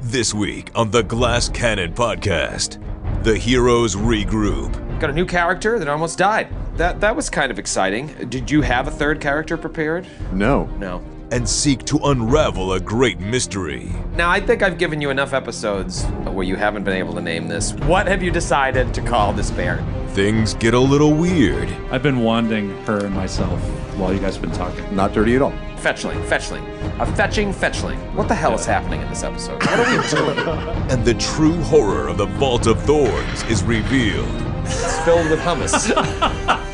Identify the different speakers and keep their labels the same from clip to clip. Speaker 1: This week on the Glass Cannon podcast, the heroes regroup.
Speaker 2: Got a new character that almost died. That that was kind of exciting. Did you have a third character prepared?
Speaker 3: No.
Speaker 2: No.
Speaker 1: and seek to unravel a great mystery.
Speaker 2: Now I think I've given you enough episodes where you haven't been able to name this. What have you decided to call this bear?
Speaker 1: Things get a little weird,
Speaker 4: I've been wanting her and myself while you guys have been talking.
Speaker 3: Not dirty at all.
Speaker 2: Fetchling, fetchling, a fetching fetchling. What the hell is happening in this episode? What are we doing?
Speaker 1: and the true horror of the Vault of Thorns is revealed.
Speaker 2: it's filled with hummus.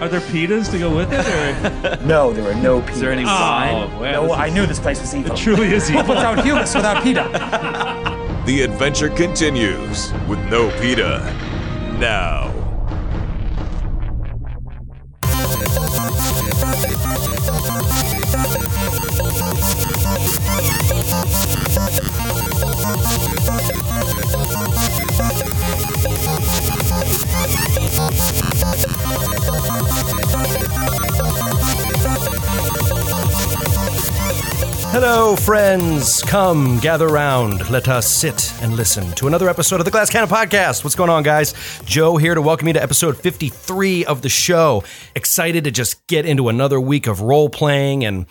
Speaker 4: Are there pitas to go with it? Or
Speaker 5: No, there were no people.
Speaker 6: Is there any wine?
Speaker 4: wow,
Speaker 5: no,
Speaker 4: this
Speaker 5: I
Speaker 4: is
Speaker 5: knew this place was evil.
Speaker 4: Truly is evil.
Speaker 5: Without humus, without pita.
Speaker 1: The adventure continues with no PETA. Now.
Speaker 7: Hello, friends. Come gather round. Let us sit and listen to another episode of the Glass Cannon Podcast. What's going on, guys? Joe here to welcome you to episode 53 of the show. Excited to just get into another week of role playing and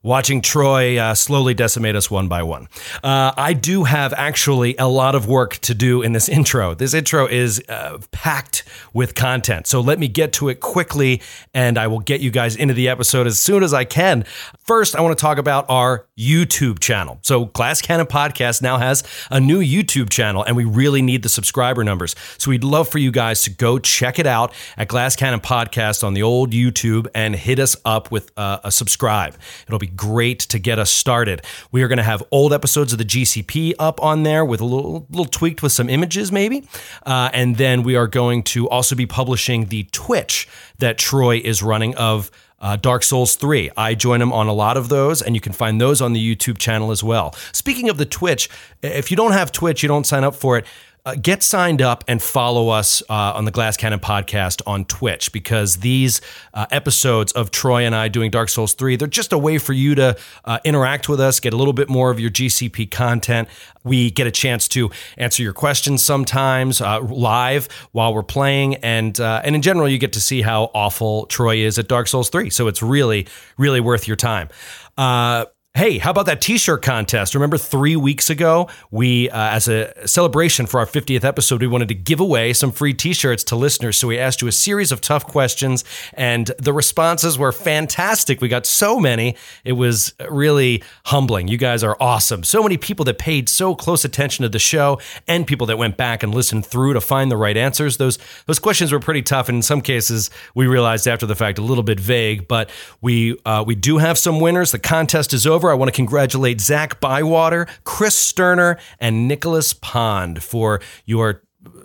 Speaker 7: watching Troy uh, slowly decimate us one by one. Uh, I do have actually a lot of work to do in this intro. This intro is uh, packed with content. So let me get to it quickly and I will get you guys into the episode as soon as I can. First, I want to talk about our YouTube channel. So Glass Cannon Podcast now has a new YouTube channel and we really need the subscriber numbers. So we'd love for you guys to go check it out at Glass Cannon Podcast on the old YouTube and hit us up with uh, a subscribe. It'll be great to get us started. We are going to have old episodes of the GCP up on there with a little, little tweaked with some images, maybe. Uh, and then we are going to also be publishing the Twitch that Troy is running of. Uh, Dark Souls 3. I join him on a lot of those, and you can find those on the YouTube channel as well. Speaking of the Twitch, if you don't have Twitch, you don't sign up for it, uh, get signed up and follow us uh, on the Glass Cannon podcast on Twitch because these uh, episodes of Troy and I doing Dark Souls 3, they're just a way for you to uh, interact with us, get a little bit more of your GCP content. We get a chance to answer your questions sometimes uh, live while we're playing. And, uh, and in general, you get to see how awful Troy is at Dark Souls 3. So it's really, really worth your time. Uh, Hey, how about that t-shirt contest? Remember 3 weeks ago, we uh, as a celebration for our 50th episode, we wanted to give away some free t-shirts to listeners. So we asked you a series of tough questions and the responses were fantastic. We got so many. It was really humbling. You guys are awesome. So many people that paid so close attention to the show and people that went back and listened through to find the right answers. Those those questions were pretty tough and in some cases we realized after the fact a little bit vague, but we uh, we do have some winners. The contest is over. I want to congratulate Zach Bywater, Chris Sterner, and Nicholas Pond for your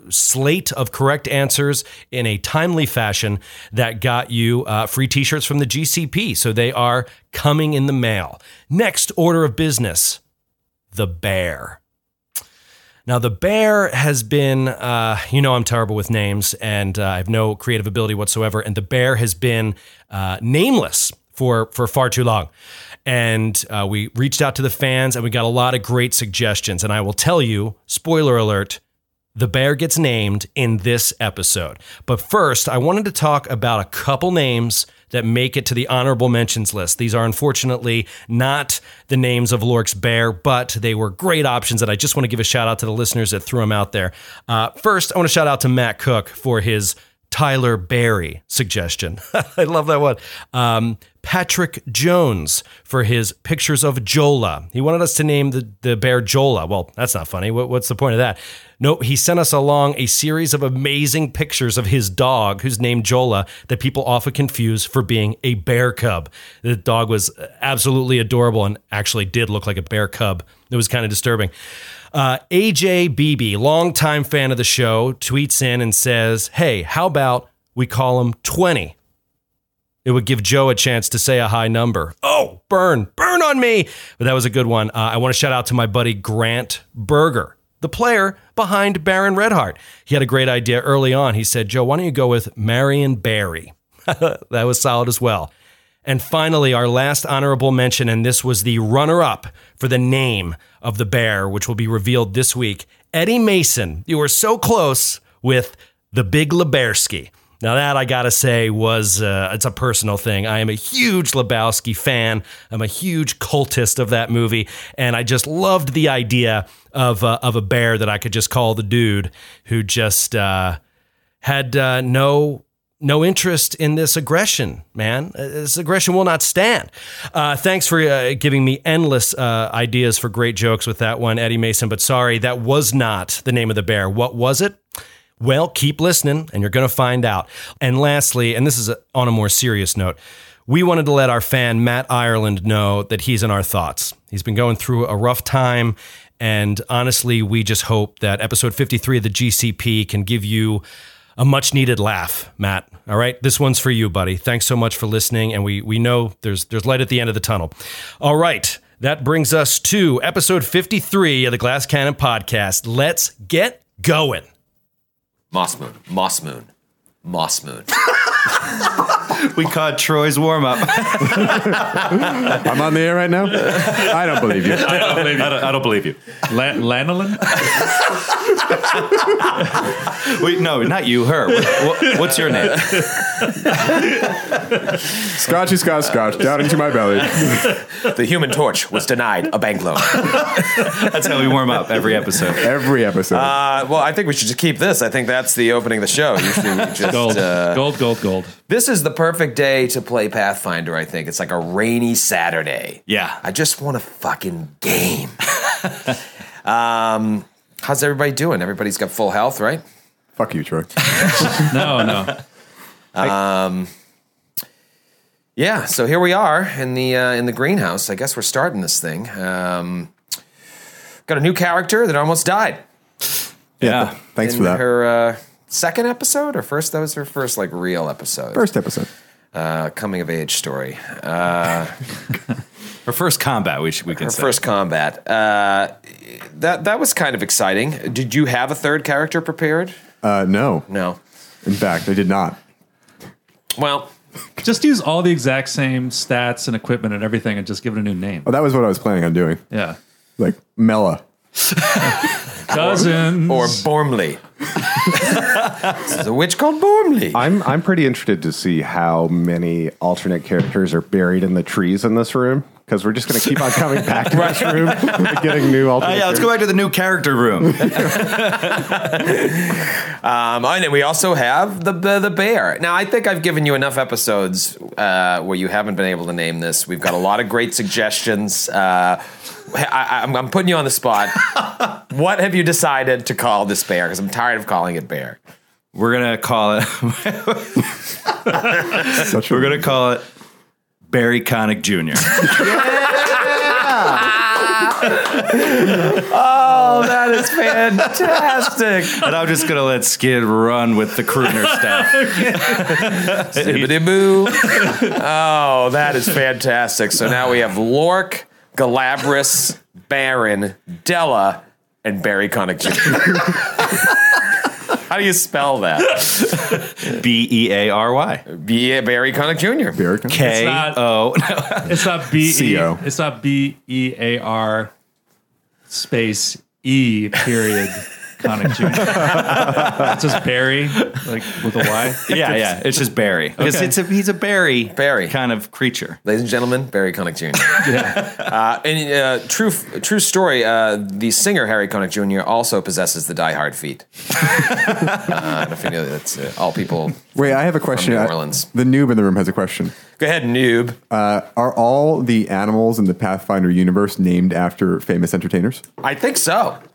Speaker 7: slate of correct answers in a timely fashion that got you uh, free t-shirts from the GCP. So they are coming in the mail. Next order of business, the bear. Now, the bear has been, uh, you know, I'm terrible with names and uh, I have no creative ability whatsoever. And the bear has been uh, nameless for, for far too long. And uh, we reached out to the fans and we got a lot of great suggestions. And I will tell you, spoiler alert, the bear gets named in this episode. But first, I wanted to talk about a couple names that make it to the honorable mentions list. These are unfortunately not the names of Lork's bear, but they were great options that I just want to give a shout out to the listeners that threw them out there. Uh, first, I want to shout out to Matt Cook for his Tyler Berry suggestion. I love that one. Um, Patrick Jones for his pictures of Jola. He wanted us to name the, the bear Jola. Well, that's not funny. What, what's the point of that? No, he sent us along a series of amazing pictures of his dog, who's named Jola, that people often confuse for being a bear cub. The dog was absolutely adorable and actually did look like a bear cub. It was kind of disturbing. Uh, AJ Beebe, longtime fan of the show, tweets in and says, Hey, how about we call him 20? It would give Joe a chance to say a high number. Oh, burn, burn on me. But that was a good one. Uh, I want to shout out to my buddy Grant Berger, the player behind Baron Redheart. He had a great idea early on. He said, Joe, why don't you go with Marion Barry? that was solid as well. And finally, our last honorable mention, and this was the runner up for the name of the bear, which will be revealed this week Eddie Mason. You were so close with the Big Lebowski. Now that I gotta say was uh, it's a personal thing. I am a huge Lebowski fan. I'm a huge cultist of that movie, and I just loved the idea of uh, of a bear that I could just call the dude who just uh, had uh, no no interest in this aggression, man. Uh, This aggression will not stand. Uh, thanks for uh, giving me endless uh, ideas for great jokes with that one, Eddie Mason. But sorry, that was not the name of the bear. What was it? Well, keep listening and you're going to find out. And lastly, and this is a- on a more serious note, we wanted to let our fan Matt Ireland know that he's in our thoughts. He's been going through a rough time. And honestly, we just hope that episode 53 of the GCP can give you a much needed laugh, Matt. All right. This one's for you, buddy. Thanks so much for listening. And we we know there's there's light at the end of the tunnel. All right. That brings us to episode 53 of the Glass Cannon Podcast. Let's get going.
Speaker 2: Moss Moon. Moss Moon. Moss Moon.
Speaker 4: We caught Troy's warm up.
Speaker 3: I'm on the air right now. I don't believe you.
Speaker 6: I don't believe you. I don't, I don't believe you. La- lanolin?
Speaker 4: Wait, no, not you, her. What, what, what's your name?
Speaker 3: Scotchy Scotch Scotch down into my belly.
Speaker 2: the Human Torch was denied a bank loan.
Speaker 4: That's how we warm up every episode.
Speaker 3: Every episode.
Speaker 2: Uh, well, I think we should just keep this. I think that's the opening of the show. Usually we just
Speaker 6: Gold.
Speaker 2: uh,
Speaker 6: gold, gold, gold.
Speaker 2: this is the perfect day to play Pathfinder. I think it's like a rainy Saturday.
Speaker 6: Yeah.
Speaker 2: I just want a fucking game. um, how's everybody doing? Everybody's got full health, right?
Speaker 3: Fuck you, Troy.
Speaker 6: No, no.
Speaker 2: Yeah, so here we are in the uh, in the greenhouse. I guess we're starting this thing. Um, got a new character that almost died
Speaker 4: Yeah.
Speaker 3: Thanks
Speaker 2: in
Speaker 3: for that.
Speaker 2: her uh, second episode or first. That was her first like real episode,
Speaker 3: First episode.
Speaker 2: uh, coming of age story.
Speaker 4: Her first combat, we, should, we can
Speaker 2: Her
Speaker 4: say.
Speaker 2: first combat. Uh, that that was kind of exciting. Did you have a third character prepared?
Speaker 3: Uh, no.
Speaker 2: No.
Speaker 3: In fact, I did not.
Speaker 2: Well,
Speaker 6: Just use all the exact same stats and equipment and everything and just give it a new name.
Speaker 3: Oh, that was what I was planning on doing.
Speaker 6: Yeah.
Speaker 3: Like Mela.
Speaker 6: Cousins.
Speaker 2: or Bormley. There's a witch called Bormley.
Speaker 8: I'm I'm pretty interested to see how many alternate characters are buried in the trees in this room because we're just going to keep on coming back to this room, and getting
Speaker 2: Oh,
Speaker 8: new alternate.
Speaker 4: Yeah, let's go back to the new character room.
Speaker 2: Um, and then we also have the, the the bear. Now, I think I've given you enough episodes uh, where you haven't been able to name this. We've got a lot of great suggestions. Uh, I, am I'm putting you on the spot. what have you decided to call this bear? Because I'm tired of calling it bear.
Speaker 4: We're gonna call it.
Speaker 3: Such a-
Speaker 4: We're gonna call it Barry Connick Jr.
Speaker 2: Oh, that is fantastic.
Speaker 4: and I'm just gonna let Skid run with the crooner stuff.
Speaker 2: Bibbidi-boo. Oh, that is fantastic. So now we have Lork, Galabras, Baron, Della, and Barry Connick Jr. How do you spell that?
Speaker 4: B E A R Y
Speaker 2: Yeah, Barry Connick Jr.
Speaker 3: Eric?
Speaker 4: K O.
Speaker 6: It's not B E.
Speaker 3: CO.
Speaker 6: It's not B E A R space E period. Connick Jr. it's just Barry, like with a Y.
Speaker 4: Yeah, yeah. It's just Barry. Because
Speaker 6: Okay.
Speaker 4: it's a he's a Barry
Speaker 2: Barry.
Speaker 4: kind of creature.
Speaker 2: Ladies and gentlemen, Barry Connick Jr. uh, and uh, true, true story. Uh, the singer Harry Connick Jr. also possesses the Die Hard feat. uh, I don't know if you know that's uh, all people.
Speaker 3: Wait, I have a question.
Speaker 2: New
Speaker 3: I-
Speaker 2: Orleans.
Speaker 3: the noob in the room has a question.
Speaker 2: Go ahead, noob.
Speaker 3: Are all the animals in the Pathfinder universe named after famous entertainers?
Speaker 2: I think so.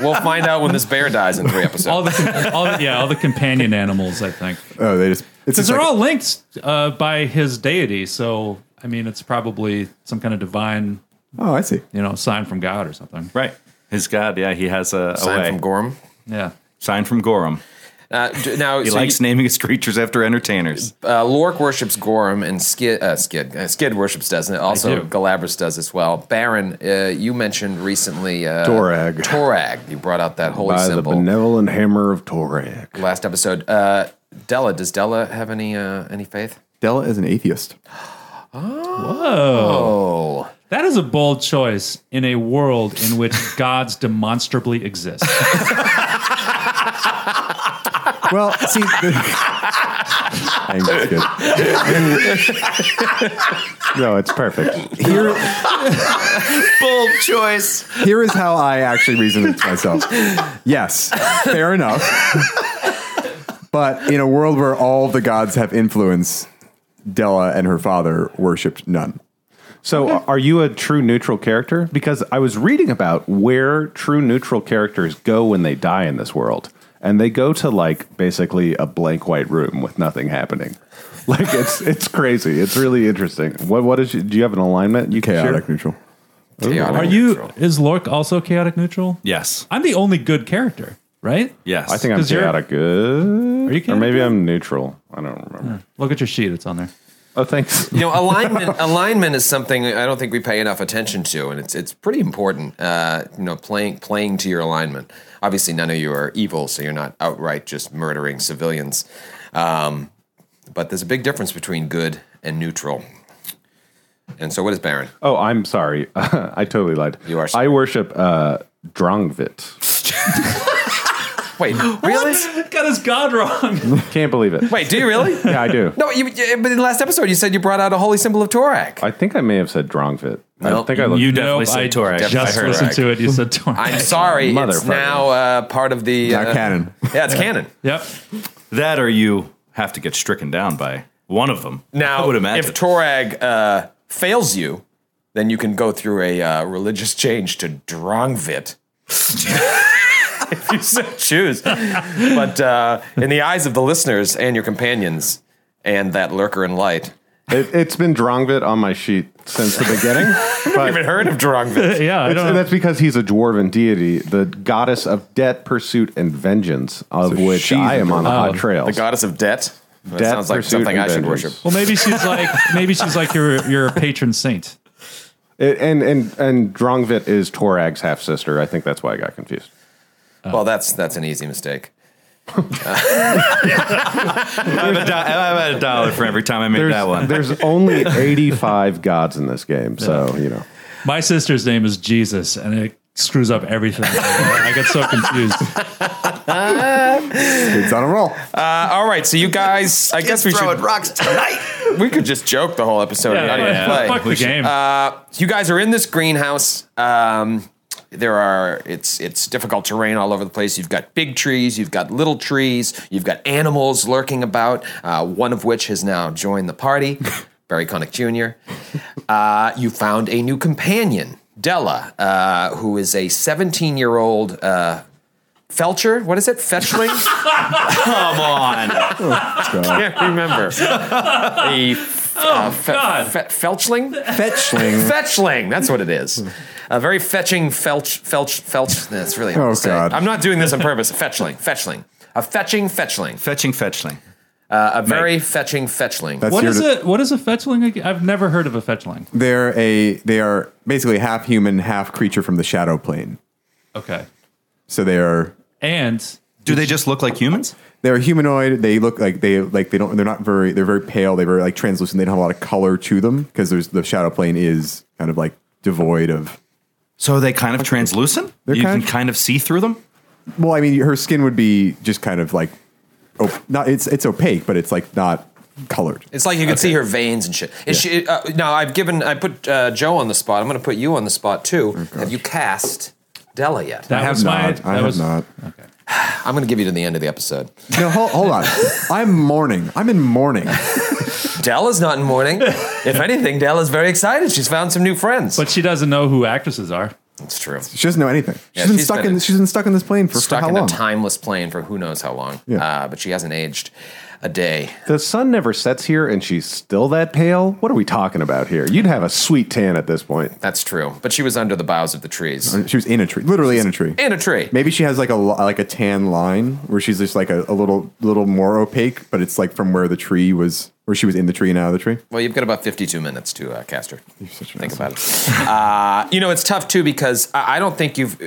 Speaker 2: we'll find out when this bear dies in three episodes.
Speaker 6: All the, all the yeah, all the companion animals. I think
Speaker 3: Oh, they just. It's
Speaker 6: because
Speaker 3: just
Speaker 6: they're
Speaker 3: like-
Speaker 6: all linked uh, by his deity. So I mean, it's probably some kind of divine,
Speaker 3: Oh, I see.
Speaker 6: you know, sign from God or something.
Speaker 4: Right. His god, yeah, he has a, a
Speaker 2: Sign
Speaker 4: way.
Speaker 2: from Gorm.
Speaker 6: Yeah.
Speaker 4: Sign from Gorham.
Speaker 2: Uh, d- now,
Speaker 4: He
Speaker 2: so
Speaker 4: likes
Speaker 2: you-
Speaker 4: naming his creatures after entertainers.
Speaker 2: uh, Lork worships Gorm, and Skid, uh, Skid, uh, Skid worships does, and also
Speaker 6: do.
Speaker 2: Galabras does as well. Baron, uh, you mentioned recently uh,
Speaker 8: Torag.
Speaker 2: Torag. You brought out that holy
Speaker 8: by the
Speaker 2: symbol.
Speaker 8: benevolent hammer of Torag.
Speaker 2: last episode. Uh, Della, does Della have any uh, any faith?
Speaker 3: Stella is an atheist.
Speaker 6: That is a bold choice in a world in which gods demonstrably exist.
Speaker 3: Well, see, the, I think that's good.
Speaker 8: No, it's perfect.
Speaker 3: Here,
Speaker 2: Bold choice.
Speaker 3: here is how I actually reason it to myself. Yes, fair enough. But in a world where all the gods have influence, Della and her father worshipped none.
Speaker 8: So, uh, are you a true neutral character? Because I was reading about where true neutral characters go when they die in this world, and they go to like basically a blank white room with nothing happening. Like it's it's crazy. It's really interesting. What what is? your- Do you have an alignment? You can share?
Speaker 3: Chaotic neutral.
Speaker 6: Are you? Is Lork also chaotic neutral?
Speaker 9: Yes.
Speaker 6: I'm the only good character, right?
Speaker 9: Yes.
Speaker 8: I think I'm
Speaker 6: 'Cause you're-
Speaker 8: chaotic. Good.
Speaker 6: Are you
Speaker 8: Or maybe
Speaker 6: chaotic?
Speaker 8: I'm neutral. I don't remember.
Speaker 6: Look at your sheet; it's on there.
Speaker 2: Hmm.
Speaker 8: Oh, thanks.
Speaker 2: You know, alignment alignment is something I don't think we pay enough attention to, and it's it's pretty important. Uh, you know, playing playing to your alignment. Obviously, none of you are evil, so you're not outright just murdering civilians. Um, but there's a big difference between good and neutral. And so, what is Baron?
Speaker 8: Oh, I'm sorry. I totally lied.
Speaker 2: You are sorry.
Speaker 8: I worship uh, Drongvit.
Speaker 2: Wait, really?
Speaker 6: Got his god wrong.
Speaker 8: Can't believe it.
Speaker 2: Wait, do you really?
Speaker 8: Yeah, I do.
Speaker 2: No, you, you- but in the last episode, you said you brought out a holy symbol of Torak.
Speaker 8: I think I may have said Drongvit. I
Speaker 2: Well,
Speaker 8: think I looked.
Speaker 9: You definitely said
Speaker 6: I
Speaker 9: Torag.
Speaker 2: I
Speaker 6: Just
Speaker 2: heard
Speaker 6: listened
Speaker 2: Torag.
Speaker 6: to it. You said Torag.
Speaker 2: I'm sorry, it's
Speaker 8: Motherfucker.
Speaker 2: now uh, part of the
Speaker 3: Not
Speaker 2: uh,
Speaker 3: canon.
Speaker 2: Yeah, it's canon.
Speaker 6: Yep.
Speaker 9: that or you have to get stricken down by one of them.
Speaker 2: Now,
Speaker 9: I would imagine.
Speaker 2: if Torag uh, fails you, then you can go through a uh, religious change to Drongvit. if you so choose. But uh, in the eyes of the listeners and your companions and that lurker in light,
Speaker 8: It, it's been Drongvit on my sheet since the beginning. but
Speaker 2: I've heard of Drongvit.
Speaker 6: Yeah, I
Speaker 8: it's-
Speaker 6: don't.
Speaker 8: and
Speaker 6: know.
Speaker 8: that's because he's a dwarven deity, the goddess of debt, pursuit, and vengeance, of which
Speaker 3: she's
Speaker 8: I am on a hot trail.
Speaker 2: Oh. The goddess of debt. That
Speaker 8: Debt,
Speaker 2: sounds like
Speaker 8: pursuit,
Speaker 2: something
Speaker 8: and
Speaker 2: I should
Speaker 8: vengeance.
Speaker 2: worship.
Speaker 6: Well, maybe she's like maybe she's like your your patron saint.
Speaker 8: It- and and and Drongvit is Torag's half sister. I think that's why I got confused.
Speaker 2: Well, that's that's an easy mistake.
Speaker 9: I have, a do- uh, I have a dollar for every time I make
Speaker 8: There's,
Speaker 9: that one.
Speaker 8: there's only 85 gods in this game, so you know.
Speaker 6: My sister's name is Jesus, and it screws up everything. I get so confused.
Speaker 3: It's on a roll.
Speaker 2: Uh, all right, so you guys, I guess we should rocks tonight. we could just joke the whole episode. and not even play.
Speaker 6: Fuck the game.
Speaker 3: uh,
Speaker 2: Uh, you guys are in this greenhouse. Um, there are it's it's difficult terrain all over the place. You've got big trees, you've got little trees, you've got animals lurking about. Uh, one of which has now joined the party, Barry Connick Jr. Uh, you found a new companion, Della, uh, who is a 17 year old uh, Felcher. What is it? Fetchling.
Speaker 9: Come on.
Speaker 2: can't remember. the f- uh, fe- fe- Felchling? Fetchling. Fetchling. That's what it is. A very fetching felch, felch, felch. That's really hard
Speaker 3: Oh,
Speaker 2: to say.
Speaker 3: God.
Speaker 2: I'm not doing this on purpose. Fetchling, fetchling. A fetching fetchling. Uh,
Speaker 9: Fetching, fetchling.
Speaker 2: A very fetching fetchling.
Speaker 3: That's
Speaker 6: what
Speaker 3: your
Speaker 6: is it? What is a fetchling? again? I've never heard of a fetchling.
Speaker 3: They're a they are basically half human, half creature from the shadow plane.
Speaker 6: Okay,
Speaker 3: So they are
Speaker 6: and
Speaker 9: Do they just look like humans?
Speaker 3: they're humanoid. They look like they like they don't. They're not very. They're very pale. They're very like translucent. They don't have a lot of color to them because there's the shadow plane is kind of like devoid of.
Speaker 9: So are they kind of translucent? you
Speaker 3: kind
Speaker 9: can
Speaker 3: of-
Speaker 9: kind of see through them?
Speaker 3: Well, I mean, her skin would be just kind of like, oh, not it's it's opaque, but it's like not colored.
Speaker 2: It's like you can see her veins and shit. Is she? Uh, now I've given. I put uh, Joe on the spot. I'm going to put you on the spot too.
Speaker 3: Oh,
Speaker 2: have you cast Della yet?
Speaker 6: that
Speaker 3: I have
Speaker 6: was my.
Speaker 3: not.
Speaker 6: that
Speaker 3: I have
Speaker 6: was,
Speaker 3: not.
Speaker 2: I'm going to give you to the end of the episode.
Speaker 3: No, hold, hold on. I'm mourning. I'm in mourning.
Speaker 2: Della's not in mourning. if anything, Della's very excited. She's found some new friends.
Speaker 6: But she doesn't know who actresses are.
Speaker 2: It's true.
Speaker 3: She doesn't know anything.
Speaker 2: Yeah,
Speaker 3: she's been
Speaker 2: she's
Speaker 3: stuck
Speaker 2: been-
Speaker 3: in. She's been stuck in this plane for, for
Speaker 2: Stuck
Speaker 3: how
Speaker 2: in
Speaker 3: long?
Speaker 2: a timeless plane for who knows how long.
Speaker 3: Yeah.
Speaker 2: Uh, but she hasn't aged a day.
Speaker 8: The sun never sets here, and she's still that pale. What are we talking about here? You'd have a sweet tan at this point.
Speaker 2: That's true. But she was under the boughs of the trees.
Speaker 3: She was in a tree, literally in a tree.
Speaker 2: In a tree.
Speaker 3: Maybe she has like a li- like a tan line where she's just like a, a little little more opaque, but it's like from where the tree was, where she was in the tree and out of the tree.
Speaker 2: Well, you've got about 52 minutes to uh, cast her.
Speaker 3: such an
Speaker 2: Think about it. Uh, you know, it's tough too because I, I don't think you've.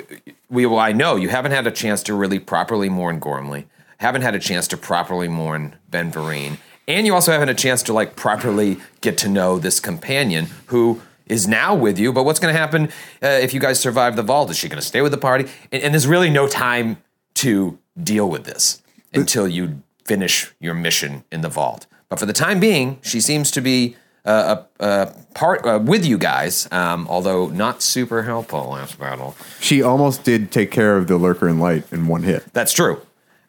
Speaker 2: We, well, I know you haven't had a chance to really properly mourn Gormley. Haven't had a chance to properly mourn Ben Vereen. and you also haven't a chance to like properly get to know this companion who is now with you. But what's going to happen uh, if you guys survive the vault? Is she going to stay with the party? And, and there's really no time to deal with this until you finish your mission in the vault. But for the time being, she seems to be uh, a, a part uh, with you guys, um, although not super helpful last battle.
Speaker 3: She almost did take care of the lurker in light in one hit.
Speaker 2: That's true.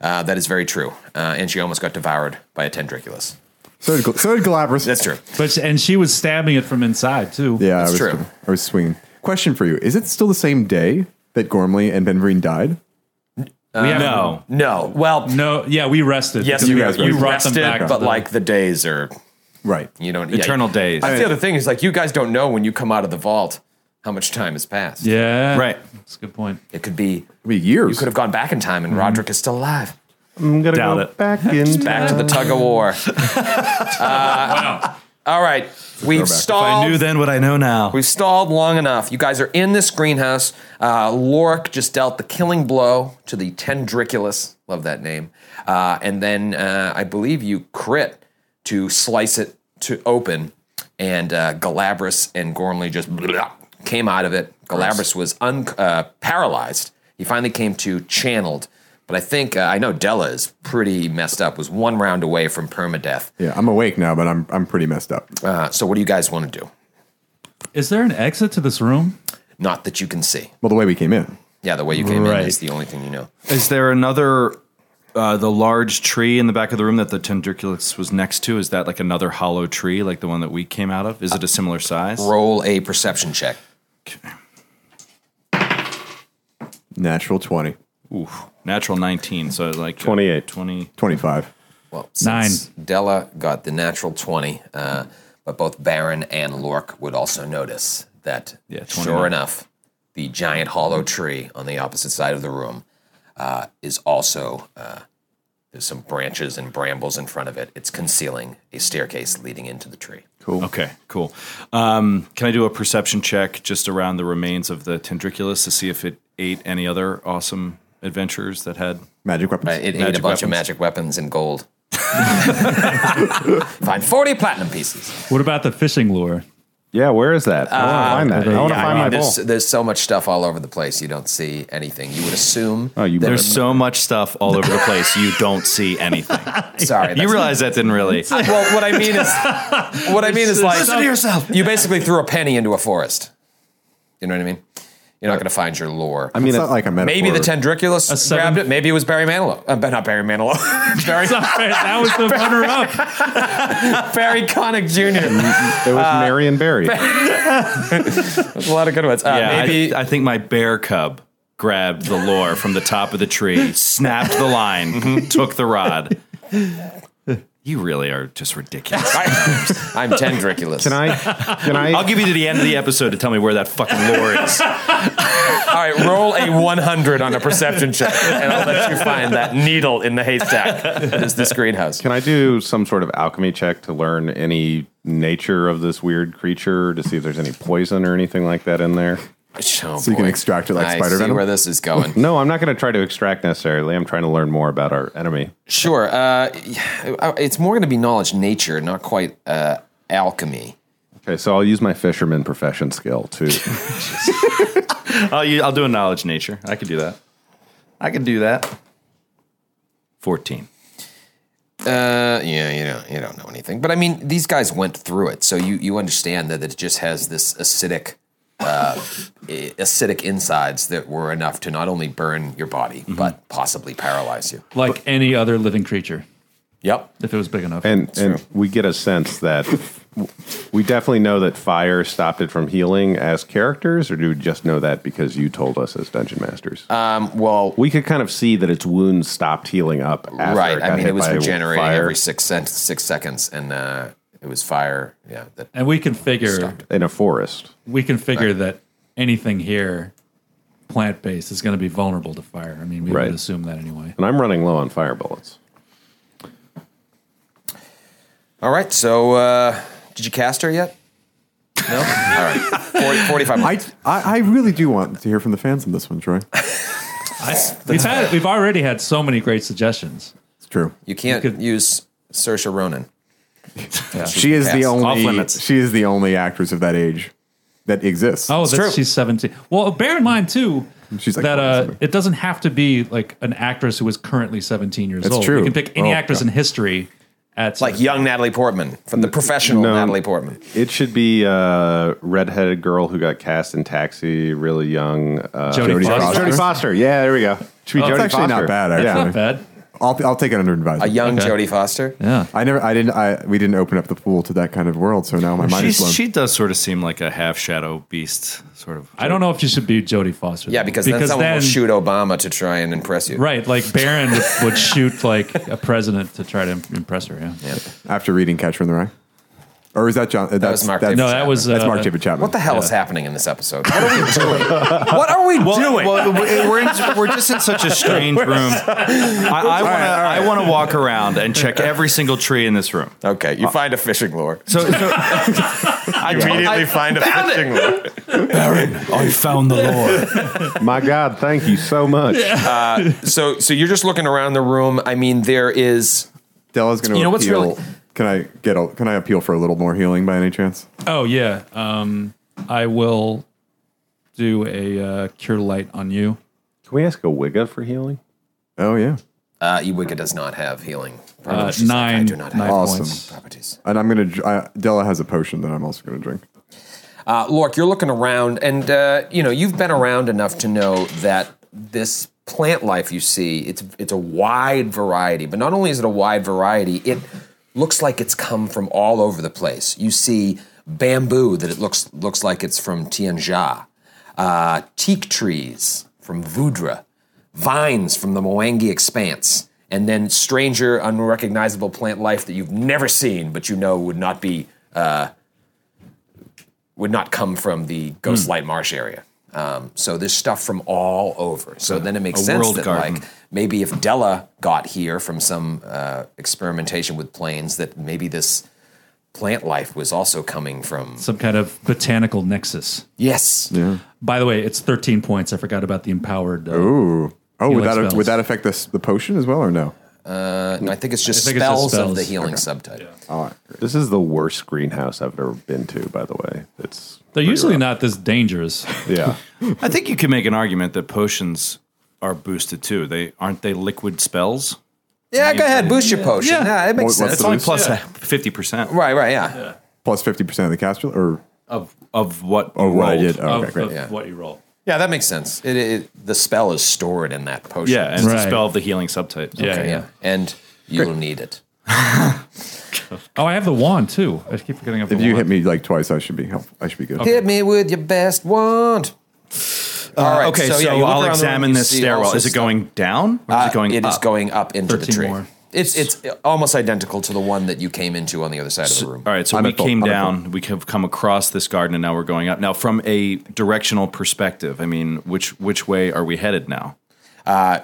Speaker 2: Uh, that is very true. Uh, and she almost got devoured by a tendriculus.
Speaker 3: So did, Gal- so did Galabras.
Speaker 2: That's true.
Speaker 6: But and she was stabbing it from inside too.
Speaker 3: Yeah,
Speaker 2: That's
Speaker 3: I was,
Speaker 2: true.
Speaker 3: I was swinging. Question for you: Is it still the same day that Gormley and Benverine died?
Speaker 6: we have,
Speaker 9: No.
Speaker 2: No. Well,
Speaker 6: no, yeah, we rested.
Speaker 2: yes,
Speaker 6: because
Speaker 2: you,
Speaker 6: we-
Speaker 3: guys
Speaker 6: we
Speaker 3: rested.
Speaker 6: brought them back, to
Speaker 2: but
Speaker 6: the-
Speaker 2: like the days are,
Speaker 3: Right.
Speaker 2: you don't. yeah,
Speaker 9: Eternal
Speaker 2: you-
Speaker 9: days.
Speaker 2: That's the other thing is like you guys don't know when you come out of the vault how much time has passed.
Speaker 6: yeah,
Speaker 9: Right.
Speaker 6: That's a good point.
Speaker 2: It could be,
Speaker 3: I mean, years.
Speaker 2: you could have gone back in time and Roderick is still alive.
Speaker 8: I'm gonna
Speaker 9: Doubt
Speaker 8: go
Speaker 9: it.
Speaker 8: back in.
Speaker 2: Back to the tug of war. Uh, All right. We've stalled.
Speaker 9: I knew then what I know now.
Speaker 2: We've stalled long enough. You guys are in this greenhouse. Uh, Lorik just dealt the killing blow to the Tendriculus. Love that name. Uh, and then uh, I believe you crit to slice it to open. And uh, Galabras and Gormley just blah, came out of it. Galabras was un- uh, paralyzed. He finally came to channeled. But I think, uh, I know Della is pretty messed up, was one round away from permadeath.
Speaker 3: yeah, I'm awake now, but I'm I'm pretty messed up.
Speaker 2: Uh, so what do you guys want to do?
Speaker 6: Is there an exit to this room?
Speaker 2: Not that you can see.
Speaker 3: Well, the way we came in.
Speaker 2: Yeah, the way you came in
Speaker 9: Right.
Speaker 2: is the only thing you know.
Speaker 9: Is there another uh, the large tree in the back of the room that the tendriculus was next to? Is that like another hollow tree, like the one that we came out of? Is it a similar size?
Speaker 2: Roll a perception check.
Speaker 3: Natural 20,
Speaker 9: Oof. Natural nineteen, so like uh,
Speaker 8: 28.
Speaker 9: twenty.
Speaker 3: 25.
Speaker 2: Well, since Della got the natural 20, uh, but both Baron and Lork would also notice that,
Speaker 9: Yeah, 29.
Speaker 2: sure enough, the giant hollow tree on the opposite side of the room uh, is also, uh, there's some branches and brambles in front of it. It's concealing a staircase leading into the tree.
Speaker 9: Okay, cool. Um, can I do a perception check just around the remains of the tendriculus to see if it ate any other awesome adventures that had?
Speaker 3: Magic weapons.
Speaker 2: Uh, It ate a
Speaker 9: Magic
Speaker 2: bunch of
Speaker 9: weapons.
Speaker 2: magic weapons and gold. Find 40 platinum pieces.
Speaker 6: What about the fishing lure?
Speaker 8: Yeah, where is that? I want to find that. I want to
Speaker 2: Yeah, I
Speaker 8: find
Speaker 2: mean,
Speaker 8: my bowl.
Speaker 2: there's, there's so much stuff all over the place. You don't see anything. You would assume.
Speaker 8: Oh, you
Speaker 2: that-
Speaker 9: There's so much stuff all over the place. You don't see anything.
Speaker 2: sorry.
Speaker 9: You
Speaker 2: that's-
Speaker 9: realize that didn't really.
Speaker 2: well, what I mean is, what I mean is like,
Speaker 9: Listen to yourself.
Speaker 2: You basically threw a penny into a forest. You know what I mean? You're not going to find your lore.
Speaker 3: I mean, it's not like a metaphor.
Speaker 2: Maybe the tendriculus
Speaker 6: seven-
Speaker 2: grabbed it. Maybe it was Barry Manilow. Uh, but not Barry Manilow. Barry,
Speaker 6: that was the runner up.
Speaker 2: Barry Connick Jr.
Speaker 8: It was Marion Barry.
Speaker 2: There's a lot of good ones. Uh,
Speaker 9: Yeah,
Speaker 2: maybe
Speaker 9: I, I think my bear cub grabbed the lure from the top of the tree, snapped the line, took the rod. You really are just ridiculous.
Speaker 2: I, am tendriculus.
Speaker 8: Can I? Can
Speaker 9: I'll
Speaker 8: I?
Speaker 9: give you to the end of the episode to tell me where that fucking lure is.
Speaker 2: All right, roll a 100 on a perception check, and I'll let you find that needle in the haystack that is this greenhouse.
Speaker 8: Can I do some sort of alchemy check to learn any nature of this weird creature to see if there's any poison or anything like that in there?
Speaker 2: so
Speaker 3: you can extract it like spider
Speaker 2: Oh, I see
Speaker 3: venom?
Speaker 2: where this is going.
Speaker 8: No, I'm not going to try to extract necessarily. I'm trying to learn more about our enemy.
Speaker 2: Sure. Uh, yeah, it's more going to be knowledge nature, not quite uh, alchemy.
Speaker 8: Okay, so I'll use my fisherman profession skill too.
Speaker 9: I'll, u- Oh, I'll do a knowledge nature. I could do that. I could do that. 14.
Speaker 2: Uh, yeah, you don't you don't know anything. But I mean, these guys went through it, so you you understand that it just has this acidic. Uh, i- acidic insides that were enough to not only burn your body but possibly paralyze you.
Speaker 6: Like any other living creature,
Speaker 2: Yep.
Speaker 6: if it was big enough.
Speaker 8: and and we get a sense that we definitely know that fire stopped it from healing as characters, or do we just know that because you told us as dungeon masters?
Speaker 2: Uh, Um, Well,
Speaker 8: we could kind of see that its wounds stopped healing up. After
Speaker 2: right.
Speaker 8: got
Speaker 2: I mean,
Speaker 8: hit
Speaker 2: it was
Speaker 8: by
Speaker 2: regenerating
Speaker 8: fire
Speaker 2: every six cent, six seconds, and uh, it was fire. Yeah. That,
Speaker 6: And we can figure
Speaker 8: in a forest.
Speaker 6: we can figure that anything here plant based is going to be vulnerable to fire. I mean, we
Speaker 8: Right.
Speaker 6: would assume that anyway.
Speaker 8: And I'm running low on fire bullets.
Speaker 2: all right. So, uh, did you cast her yet? No. all right. 40, Forty-five.
Speaker 3: I,
Speaker 2: Minutes.
Speaker 3: I, I really do want to hear from the fans on this one, Troy.
Speaker 6: we've had we've already had so many great suggestions.
Speaker 3: It's true.
Speaker 2: you can't
Speaker 6: you could-
Speaker 2: use Saoirse Ronan.
Speaker 3: She is the
Speaker 2: Yes.
Speaker 9: Off
Speaker 3: only.
Speaker 9: limits.
Speaker 3: She is the only actress of that age that exists.
Speaker 6: Oh, that's,
Speaker 2: true.
Speaker 6: she's 17. Well, bear in mind, too,
Speaker 3: She's like
Speaker 6: that
Speaker 3: forty
Speaker 6: uh,
Speaker 3: something.
Speaker 6: it doesn't have to be like an actress who is currently 17 years
Speaker 3: That's
Speaker 6: old.
Speaker 3: true.
Speaker 6: You can pick any
Speaker 3: Oh,
Speaker 6: actress in history at
Speaker 2: Like young Natalie Portman from the professional
Speaker 8: No.
Speaker 2: Natalie Portman.
Speaker 8: It should be uh, redheaded girl who got cast in Taxi, really young. Uh,
Speaker 6: Jodie
Speaker 3: Jodie
Speaker 6: Foster.
Speaker 3: Foster.
Speaker 8: Jodie Foster. Yeah, there we go. Should be
Speaker 6: Oh,
Speaker 8: Jodie
Speaker 3: That's actually
Speaker 8: Foster.
Speaker 3: not bad.
Speaker 8: Yeah.
Speaker 3: Actually,
Speaker 6: Not bad.
Speaker 3: I'll, I'll take it under
Speaker 2: A
Speaker 3: advisement.
Speaker 2: young Jodie Foster.
Speaker 6: Yeah.
Speaker 3: I never. I didn't. I we didn't open up the pool to that kind of world. So now my mind
Speaker 9: She's,
Speaker 3: is blown.
Speaker 9: she does sort of seem like a half shadow beast, sort of.
Speaker 6: I don't know if you should be Jodie Foster.
Speaker 2: Yeah,
Speaker 6: though,
Speaker 2: because, then someone will shoot Obama to try and impress you.
Speaker 6: Right, like Barron would, would shoot like a president to try to im- impress her. Yeah.
Speaker 3: after reading Catcher in the Rye, or is that John? That that's
Speaker 2: was Mark
Speaker 3: That's,
Speaker 2: David
Speaker 6: No, that was uh,
Speaker 3: that's Mark David Chapman.
Speaker 2: What the hell is happening in this episode? What are we doing? what are we doing?
Speaker 9: Well, we- we're, in, we're just in such a strange room. I, I want to I want to walk around and check every single tree in this room.
Speaker 2: okay, you find a fishing lure.
Speaker 9: So, so I immediately find a fishing lure. Baron, I found the lure.
Speaker 8: My God, thank you so much.
Speaker 2: So, so you're just looking around the room. I mean, there is.
Speaker 3: Della's going to
Speaker 2: You know what's
Speaker 3: appeal.
Speaker 2: really-
Speaker 3: can I get? A, can I appeal for a little more healing by any chance?
Speaker 6: Oh yeah. Um, I will do a uh, cure light on you.
Speaker 8: Can we ask a Wicca for healing?
Speaker 3: Oh yeah,
Speaker 2: Uh, Iwika does not have healing.
Speaker 6: Uh,
Speaker 2: properties.
Speaker 6: nine.
Speaker 2: I do not have
Speaker 6: nine
Speaker 3: Awesome.
Speaker 6: points.
Speaker 2: properties.
Speaker 3: and I'm going to. Della has a potion that I'm also going to drink.
Speaker 2: Uh, Lork, you're looking around, and uh, you know you've been around enough to know that this plant life you see it's it's a wide variety. But not only is it a wide variety, it looks like it's come from all over the place. You see bamboo that it looks looks like it's from Tianjia, uh, teak trees from Vudra, vines from the Mwangi Expanse, and then stranger, unrecognizable plant life that you've never seen, but you know would not be uh, would not come from the Ghost
Speaker 9: Hmm.
Speaker 2: Light Marsh area. Um, so there's stuff from all over. So then it makes
Speaker 9: a
Speaker 2: sense
Speaker 9: world
Speaker 2: that
Speaker 9: garden.
Speaker 2: like maybe if Della got here from some uh, experimentation with planes, that maybe this plant life was also coming from.
Speaker 6: Some kind of botanical nexus.
Speaker 2: Yes.
Speaker 6: By the way, it's thirteen points. I forgot about the empowered. Uh,
Speaker 3: Ooh. Oh, would
Speaker 6: Healing
Speaker 3: that
Speaker 6: spells.
Speaker 3: would that affect this the potion as well or no?
Speaker 2: Uh, I think it's just
Speaker 6: I think it's
Speaker 2: spells,
Speaker 6: just
Speaker 2: of the
Speaker 6: spells.
Speaker 2: healing subtype.
Speaker 8: This is the worst greenhouse I've ever been to, by the way. It's
Speaker 6: They're usually not this dangerous.
Speaker 8: yeah.
Speaker 9: I think you can make an argument that potions are boosted too. They aren't they liquid spells?
Speaker 2: Yeah, go ahead, boost your potion. Yeah, it makes
Speaker 3: What- what's
Speaker 2: sense.
Speaker 3: the-
Speaker 9: Only plus fifty percent
Speaker 2: Right, right, yeah.
Speaker 3: Plus fifty percent of the capsule or
Speaker 9: of of what
Speaker 3: or
Speaker 9: you
Speaker 3: what I
Speaker 9: rolled.
Speaker 3: did. Oh, okay,
Speaker 6: of,
Speaker 3: great.
Speaker 6: of what you roll.
Speaker 2: Yeah, that makes sense. It, it, the spell is stored in that potion.
Speaker 9: Yeah, and it's the
Speaker 6: Right.
Speaker 9: spell of the healing subtype.
Speaker 6: Yeah,
Speaker 2: Okay,
Speaker 6: yeah.
Speaker 2: yeah. And you'll need it.
Speaker 6: Oh, I have the wand too. I keep forgetting. I have
Speaker 3: If
Speaker 6: the
Speaker 3: you hit
Speaker 6: wand.
Speaker 3: me like twice, I should be helpful. I should be good.
Speaker 2: Hit me with your best wand. All right.
Speaker 9: Uh, Okay, so,
Speaker 2: yeah, you look around
Speaker 9: I'll
Speaker 2: the room,
Speaker 9: examine
Speaker 2: you
Speaker 9: this
Speaker 2: see
Speaker 9: stairwell.
Speaker 2: also
Speaker 9: Is it
Speaker 2: stuff.
Speaker 9: going down? Or
Speaker 2: Uh,
Speaker 9: is it going up?
Speaker 2: going up into the
Speaker 6: 13
Speaker 2: tree.
Speaker 6: more.
Speaker 2: It's it's almost identical to the one that you came into on the other side of the room.
Speaker 9: All right, so
Speaker 3: I'm
Speaker 9: we
Speaker 3: at full-
Speaker 9: came
Speaker 3: I'm at
Speaker 9: down. We have come across this garden, and now we're going up. Now, from a directional perspective, I mean, which which way are we headed now?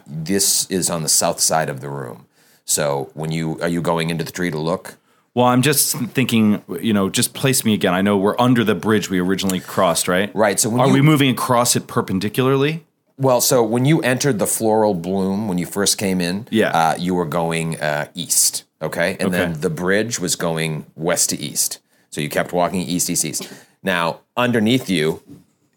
Speaker 2: This is on the south side of the room. So when you are you going into the tree to look?
Speaker 9: Well, I'm just thinking, you know, just place me again. I know we're under the bridge we originally crossed, right?
Speaker 2: Right, so when
Speaker 9: are
Speaker 2: you-
Speaker 9: we moving across it perpendicularly?
Speaker 2: Well, so when you entered the floral bloom when you first came in,
Speaker 9: Yeah.
Speaker 2: uh, you were going uh, east, okay, and
Speaker 9: Okay.
Speaker 2: then the bridge was going west to east. So you kept walking east, east, east. Now underneath you,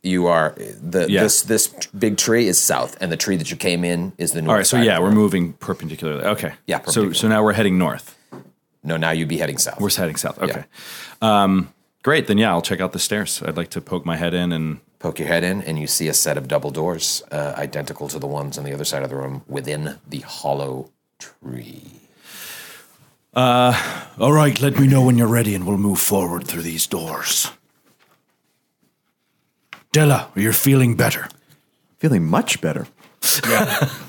Speaker 2: you are the
Speaker 9: Yeah.
Speaker 2: this this big tree is south, and the tree that you came in is the north.
Speaker 9: All right, so
Speaker 2: side.
Speaker 9: yeah, we're moving perpendicularly. Okay,
Speaker 2: Yeah,
Speaker 9: So
Speaker 2: perpendicular.
Speaker 9: so now we're heading north.
Speaker 2: no, now you'd be heading south.
Speaker 9: We're heading south. Okay, um, great. Then yeah, I'll check out the stairs. I'd like to poke my head in and
Speaker 2: Poke your head in, and you see a set of double doors, uh, identical to the ones on the other side of the room, within the hollow tree.
Speaker 9: All right, let me know when you're ready and we'll move forward through these doors. Della, you're feeling better.
Speaker 3: Feeling much better.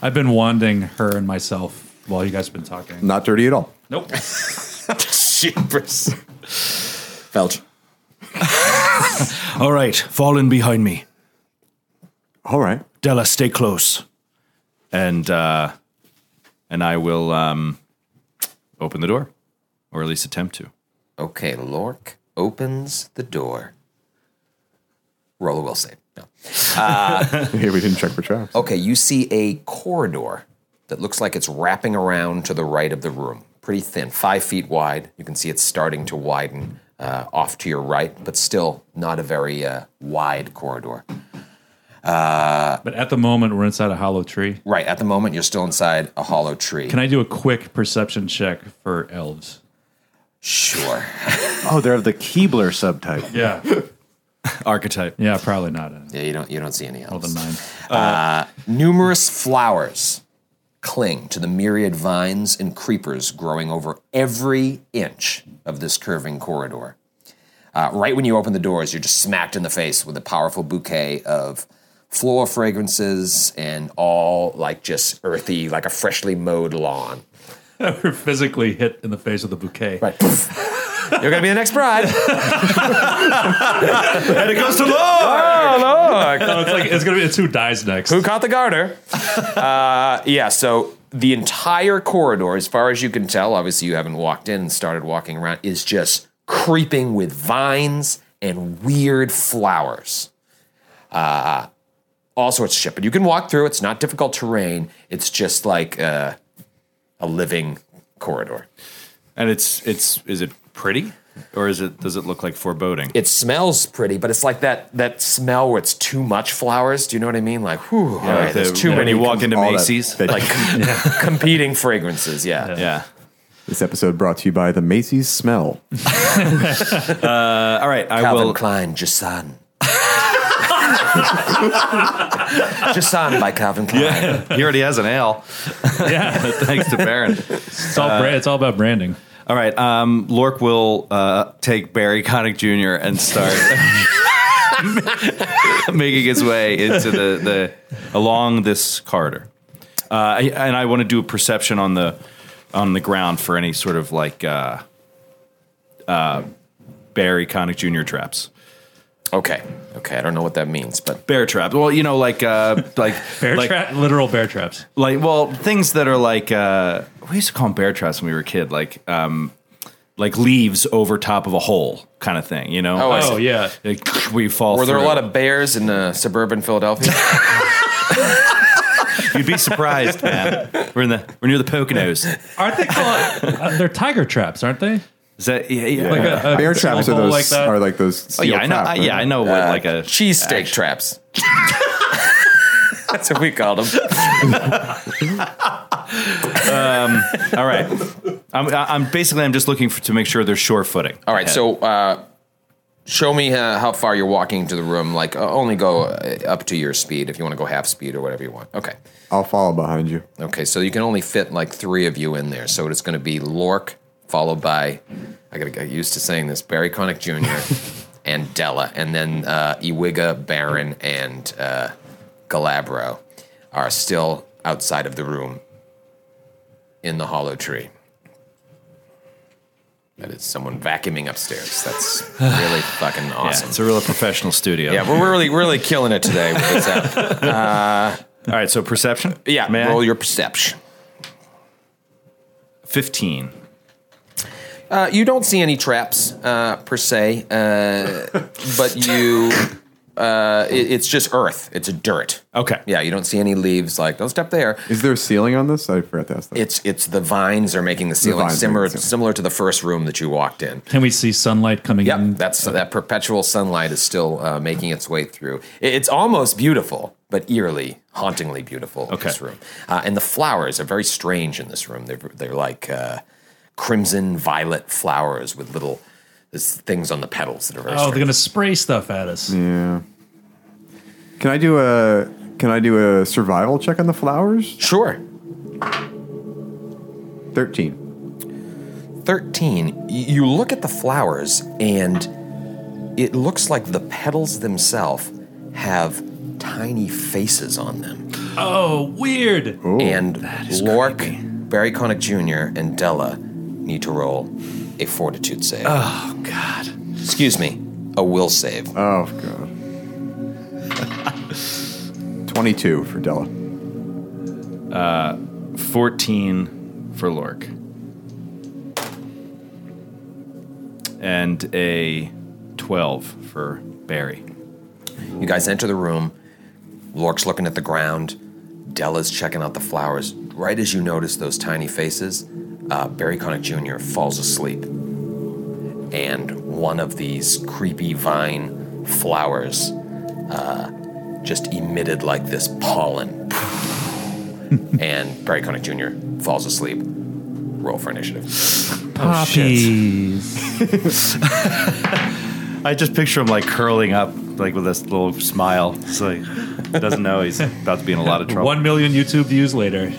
Speaker 6: I've been wanding her and myself while you guys have been talking.
Speaker 3: Not dirty at all.
Speaker 6: Nope.
Speaker 9: Jeepers. Felch. All right, fall in behind me.
Speaker 3: All right.
Speaker 9: Della, uh, stay close. And uh and I will um open the door. Or at least attempt to.
Speaker 2: Okay, Lork opens the door. Roll a will save. No.
Speaker 3: Here we didn't check for traps.
Speaker 2: Okay, you see a corridor that looks like it's wrapping around to the right of the room. pretty thin, five feet wide. You can see it's starting to widen uh, off to your right, but still not a very uh, wide corridor.
Speaker 6: But at the moment, we're inside a hollow tree.
Speaker 2: Right at the moment, you're still inside a hollow tree.
Speaker 6: Can I do a quick perception check for elves?
Speaker 2: sure.
Speaker 8: Oh, they're of the Keebler subtype.
Speaker 6: Yeah.
Speaker 9: Archetype.
Speaker 6: Yeah, probably not. An
Speaker 2: Yeah, you don't you don't see any
Speaker 6: elven
Speaker 2: elves.
Speaker 6: nine.
Speaker 2: Numerous flowers cling to the myriad vines and creepers growing over every inch of this curving corridor. Uh, right when you open the doors, you're just smacked in the face with a powerful bouquet of floral fragrances and all like just earthy, like a freshly mowed lawn.
Speaker 6: We're physically hit in the face with a bouquet.
Speaker 2: Right. You're gonna be the next bride.
Speaker 9: And it goes to Lore.
Speaker 6: No, it's like it's gonna be it's who dies next.
Speaker 2: Who caught the garter? uh, yeah, so the entire corridor, as far as you can tell, obviously you haven't walked in and started walking around, is just creeping with vines and weird flowers. Uh, all sorts of shit. But you can walk through, it's not difficult terrain. It's just like uh, a living corridor.
Speaker 9: And it's it's is it pretty or is it does it look like foreboding?
Speaker 2: It smells pretty, but it's like that that smell where it's too much flowers. Do you know what I mean? Like, whew, all right, there's too
Speaker 9: when
Speaker 2: many
Speaker 9: you walk into
Speaker 3: all that-
Speaker 9: Macy's.
Speaker 3: that-
Speaker 2: like com- competing fragrances. yeah.
Speaker 9: yeah.
Speaker 3: This episode brought to you by the Macy's Smell.
Speaker 9: All right, I
Speaker 2: Calvin
Speaker 9: will.
Speaker 2: Klein, Jasan. Jasan by Calvin Klein.
Speaker 9: he already has an ale.
Speaker 6: Yeah.
Speaker 9: Thanks to Baron.
Speaker 6: It's all
Speaker 2: uh,
Speaker 6: bra- it's all about branding.
Speaker 9: All right, um, Lork will uh, take Barry Connick Jr. and start making his way into the, the along this corridor. Uh, I- and I want to do a perception on the on the ground for any sort of like uh, uh, Barry Connick Jr. traps,
Speaker 2: Okay. Okay. I don't know what that means, but
Speaker 9: bear traps. Well, you know, like uh, like
Speaker 6: Bear
Speaker 9: like,
Speaker 6: trap literal bear traps.
Speaker 9: like well things that are like uh we used to call them bear traps when we were a kid like um like leaves over top of a hole kind of thing you know
Speaker 2: Oh, I
Speaker 6: Oh
Speaker 2: see.
Speaker 6: yeah.
Speaker 9: Like, we fall
Speaker 2: were there a
Speaker 9: through.
Speaker 2: lot of bears in uh, suburban Philadelphia?
Speaker 9: you'd be surprised man we're in the we're near the poconos
Speaker 6: Aren't they called uh, they're tiger traps, aren't they?
Speaker 9: is that yeah yeah,
Speaker 6: Like a- a
Speaker 3: Bear traps are
Speaker 6: local
Speaker 3: those
Speaker 6: like that.
Speaker 3: are like those.
Speaker 9: oh,
Speaker 3: steel
Speaker 9: yeah i know
Speaker 3: trap,
Speaker 9: I, yeah
Speaker 3: right?
Speaker 9: i know what like a
Speaker 2: Cheesesteak traps. That's what we called them.
Speaker 9: all right i'm i'm basically i'm just looking for to make sure they're sure footing
Speaker 2: All right. So uh, show me uh, how far you're walking into the room. Like, uh, only go uh, up to your speed if you want to go half speed or whatever you want. Okay.
Speaker 3: I'll follow behind you.
Speaker 2: Okay, so you can only fit like three of you in there. So it's going to be Lork, followed by, I got to get used to saying this, Barry Connick Jr. and Della. And then uh, Iwiga, Baron, and uh, Galabro are still outside of the room in the hollow tree. That is someone vacuuming upstairs. That's really fucking
Speaker 9: yeah,
Speaker 2: awesome.
Speaker 9: it's a real professional studio
Speaker 2: Yeah, we're really, really killing it today with this app.
Speaker 9: all right so perception
Speaker 2: Yeah,
Speaker 9: man
Speaker 2: roll your perception.
Speaker 9: 15
Speaker 2: Uh, you don't see any traps uh, per se, uh, but you. Uh, it- it's just earth. It's a dirt.
Speaker 9: Okay.
Speaker 2: Yeah, you don't see any leaves. Like don't step there.
Speaker 3: Is there a ceiling on this? I forgot to ask that.
Speaker 2: It's it's the vines are making the ceiling
Speaker 3: vines
Speaker 2: similar
Speaker 3: make the ceiling.
Speaker 2: similar to the first room that you walked in.
Speaker 6: Can we see sunlight coming
Speaker 2: Yep,
Speaker 6: in?
Speaker 2: that's that perpetual sunlight is still uh, making its way through. It- it's almost beautiful, but eerily, hauntingly beautiful. in
Speaker 9: Okay.
Speaker 2: This room, uh, and the flowers are very strange in this room. They're they're like uh, crimson violet flowers with little there's things on the petals that are very.
Speaker 6: Oh, they're
Speaker 2: strange.
Speaker 6: gonna spray stuff at us.
Speaker 3: yeah. Can I do a Can I do a survival check on the flowers?
Speaker 2: Sure.
Speaker 3: Thirteen.
Speaker 2: 13, y- you look at the flowers and it looks like the petals themselves have tiny faces on them.
Speaker 6: Oh, weird.
Speaker 2: and Lork, Barry Connick Jr., and Della need to roll a fortitude save. Oh, God. Excuse me, a will save.
Speaker 3: Oh god. Twenty-two for Della.
Speaker 9: 14 for Lork. And a 12 for Barry.
Speaker 2: You guys enter the room. Lork's looking at the ground. Della's checking out the flowers. Right as you notice those tiny faces, uh, Barry Connick Jr. falls asleep, and one of these creepy vine flowers uh, just emitted like this pollen, and Barry Connick Jr. falls asleep. Roll for initiative. Oh,
Speaker 6: Poppies.
Speaker 9: I just picture him like curling up, like with this little smile. It's like doesn't know he's about to be in a lot of trouble.
Speaker 6: One million YouTube views later.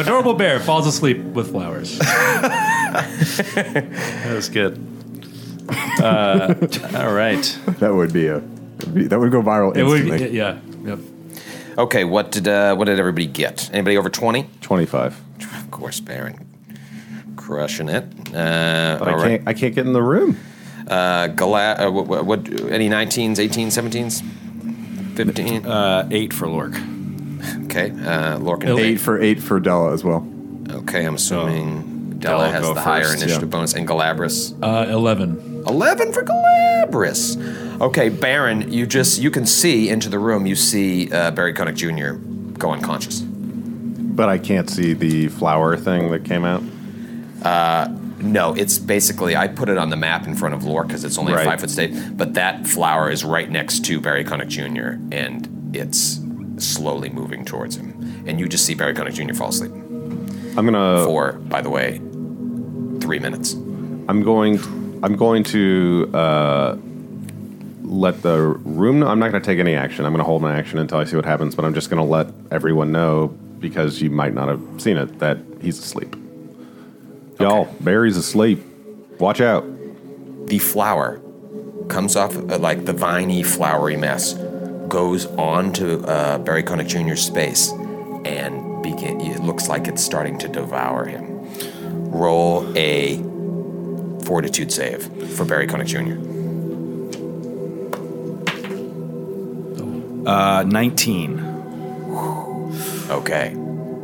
Speaker 6: Adorable bear falls asleep with flowers.
Speaker 9: that was good. Uh, all right,
Speaker 3: That would be a that'd be- that would go viral
Speaker 6: It would,
Speaker 3: instantly.
Speaker 6: yeah, yep.
Speaker 2: Okay, what did uh, what did everybody get? Anybody over twenty?
Speaker 8: 25.
Speaker 2: Of course, Baron, crushing it. Uh,
Speaker 8: But I
Speaker 2: all
Speaker 8: can't,
Speaker 2: right.
Speaker 8: I can't get in the room.
Speaker 2: Uh, Gala- uh, what, what, what, any 19s, 18s, 17s? 15?
Speaker 9: uh, eight for Lork.
Speaker 2: okay. Uh, Lorcan.
Speaker 3: Eight for eight for Della as well.
Speaker 2: Okay, I'm assuming
Speaker 9: Della
Speaker 2: Della has
Speaker 9: go
Speaker 2: the higher
Speaker 9: first,
Speaker 2: initiative
Speaker 3: yeah.
Speaker 2: bonus, and Galabras.
Speaker 6: Uh, Eleven.
Speaker 2: 11 for Galabras. Okay, Baron, you just, you can see into the room, you see uh, Barry Connick Jr. go unconscious.
Speaker 8: But I can't see the flower thing that came out.
Speaker 2: No, it's basically, I put it on the map in front of Lork because it's only a
Speaker 8: Right.
Speaker 2: five foot state, but that flower is right next to Barry Connick Jr., and it's slowly moving towards him. And you just see Barry Connick Jr. fall asleep.
Speaker 8: I'm gonna.
Speaker 2: for, by the way, three minutes.
Speaker 8: I'm going. I'm going to uh, let the room know. I'm not going to take any action. I'm going to hold my action until I see what happens. But I'm just going to let everyone know because you might not have seen it that he's asleep. Y'all, Barry's asleep. Watch out.
Speaker 2: The flower comes off uh, like the viney, flowery mess, goes onto uh, Barry Connick Jr.'s space, and begin, it looks like it's starting to devour him. Roll a fortitude save for Barry Connick Jr.
Speaker 9: Uh, Nineteen.
Speaker 2: Okay.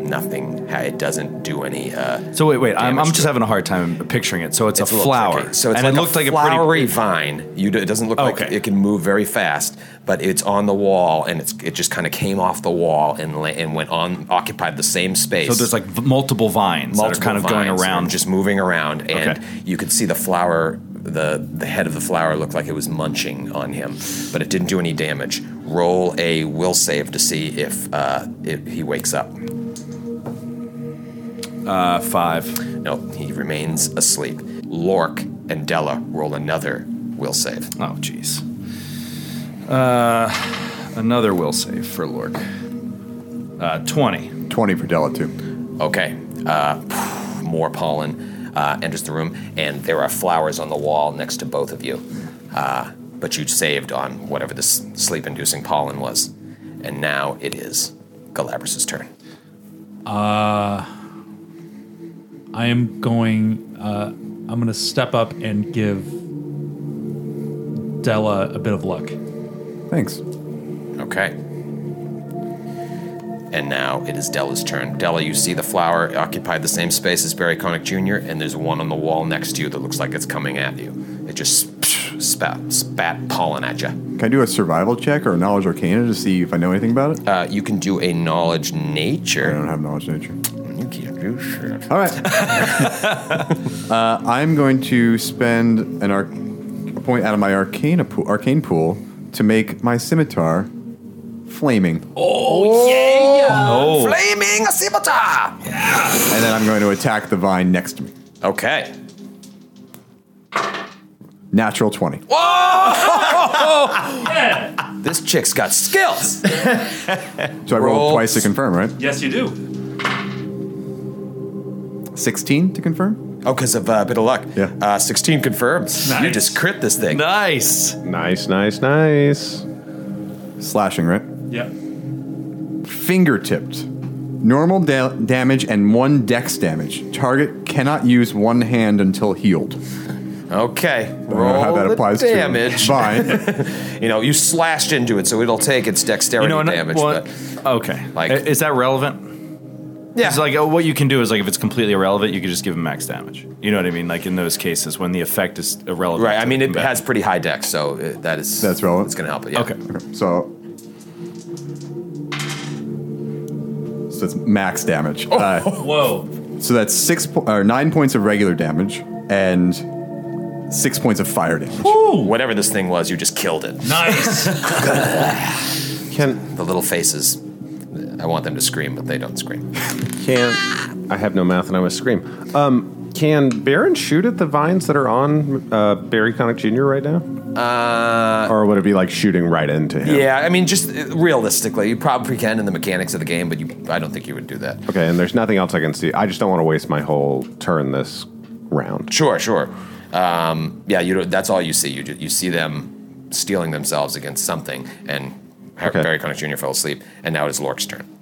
Speaker 2: Nothing. ha- It doesn't do any. Uh,
Speaker 9: So wait, wait. I'm,
Speaker 2: Damage
Speaker 9: I'm
Speaker 2: to
Speaker 9: just
Speaker 2: it.
Speaker 9: having a hard time picturing it. So it's, a,
Speaker 2: little
Speaker 9: flower.
Speaker 2: tricky. So it's
Speaker 9: and
Speaker 2: like
Speaker 9: it looked
Speaker 2: a
Speaker 9: like a pretty
Speaker 2: flowery vine. You do, it doesn't look like
Speaker 9: Okay.
Speaker 2: it can move very fast, but it's on the wall, and it's it just kind of came off the wall and la- and went on occupied the same space.
Speaker 9: So there's like v- multiple vines that are kind of going
Speaker 2: vines
Speaker 9: around.
Speaker 2: and just moving around, and
Speaker 9: Okay.
Speaker 2: you could see the flower. The, the head of the flower looked like it was munching on him, but it didn't do any damage. Roll a will save to see if uh, if he wakes up.
Speaker 9: uh, five.
Speaker 2: No, he remains asleep. Lork and Della roll another will save.
Speaker 9: Oh, jeez. Uh, another will save for Lork. Uh, Twenty.
Speaker 3: Twenty for Della too.
Speaker 2: Okay. Uh, more pollen uh, enters the room, and there are flowers on the wall next to both of you. Uh, but you saved on whatever this sleep inducing pollen was. And now it is Galabras' turn.
Speaker 6: I am going. Uh, I'm going to step up and give Della a bit of luck.
Speaker 3: Thanks.
Speaker 2: Okay. And now it is Della's turn. Della, you see the flower occupied the same space as Barry Connick Jr., and there's one on the wall next to you that looks like it's coming at you. It just spat, spat pollen at you.
Speaker 3: Can I do a survival check or a knowledge arcana to see if I know anything about it?
Speaker 2: Uh, you can do a knowledge
Speaker 3: I
Speaker 2: nature.
Speaker 3: don't have knowledge nature.
Speaker 2: You can't do shit.
Speaker 3: All right. uh, I'm going to spend an arc- a point out of my arcana pool, arcane pool to make my scimitar flaming,
Speaker 9: Oh,
Speaker 2: Flaming scimitar.
Speaker 3: and then I'm going to attack the vine next to me.
Speaker 2: Okay.
Speaker 3: Natural twenty.
Speaker 2: This chick's got skills.
Speaker 3: So I roll
Speaker 2: Roll.
Speaker 3: twice to confirm, right?
Speaker 6: Yes, you do.
Speaker 3: Sixteen to confirm.
Speaker 2: Oh, because of a uh, bit of luck.
Speaker 3: Yeah.
Speaker 2: Uh, 16 confirms. You
Speaker 6: Nice.
Speaker 2: just crit this thing.
Speaker 9: nice.
Speaker 8: Nice, nice, nice.
Speaker 3: Slashing, right?
Speaker 6: Yep.
Speaker 3: Fingertipped. Normal da- damage and one dex damage. Target cannot use one hand until healed.
Speaker 2: Okay.
Speaker 3: I don't
Speaker 2: Roll
Speaker 3: know how that
Speaker 2: the
Speaker 3: applies
Speaker 2: damage.
Speaker 3: to vine.
Speaker 2: You know, you slashed into it, so it'll take its dexterity
Speaker 9: You know, and-
Speaker 2: damage.
Speaker 9: what-
Speaker 2: But
Speaker 9: okay.
Speaker 2: Like-
Speaker 9: Like, is that relevant? Yeah. It's like oh, what you can do is like if it's completely irrelevant, you could just give him max damage. You know what I mean? Like in those cases when the effect is irrelevant.
Speaker 2: right. I
Speaker 9: to
Speaker 2: mean,
Speaker 9: the
Speaker 2: it
Speaker 9: combat.
Speaker 2: has pretty high dex, so uh, that is
Speaker 3: That's relevant.
Speaker 2: It's gonna help it. Yeah.
Speaker 9: Okay.
Speaker 3: so. so it's max damage.
Speaker 2: Oh,
Speaker 3: Uh,
Speaker 6: Whoa.
Speaker 3: so that's six po- or nine points of regular damage and six points of fire damage.
Speaker 2: Whatever this thing was, you just killed it.
Speaker 6: Nice.
Speaker 8: Can
Speaker 2: The little faces. uh, I want them to scream, but they don't scream.
Speaker 8: can I have no mouth and I must scream. Um, can Baron shoot at the vines that are on uh, Barry Connick Jr. right now? Uh, or would it be like shooting right into him?
Speaker 2: Yeah, I mean, just uh, realistically, you probably can in the mechanics of the game, but you, I don't think you would do that.
Speaker 8: Okay, and there's nothing else I can see. I just don't want to waste my whole turn this round.
Speaker 2: Sure, sure. Um, yeah, you. don't- That's all you see. You ju- you see them stealing themselves against something, and Har-
Speaker 8: Okay.
Speaker 2: Barry Connick Jr. fell asleep, and now it is Lork's turn.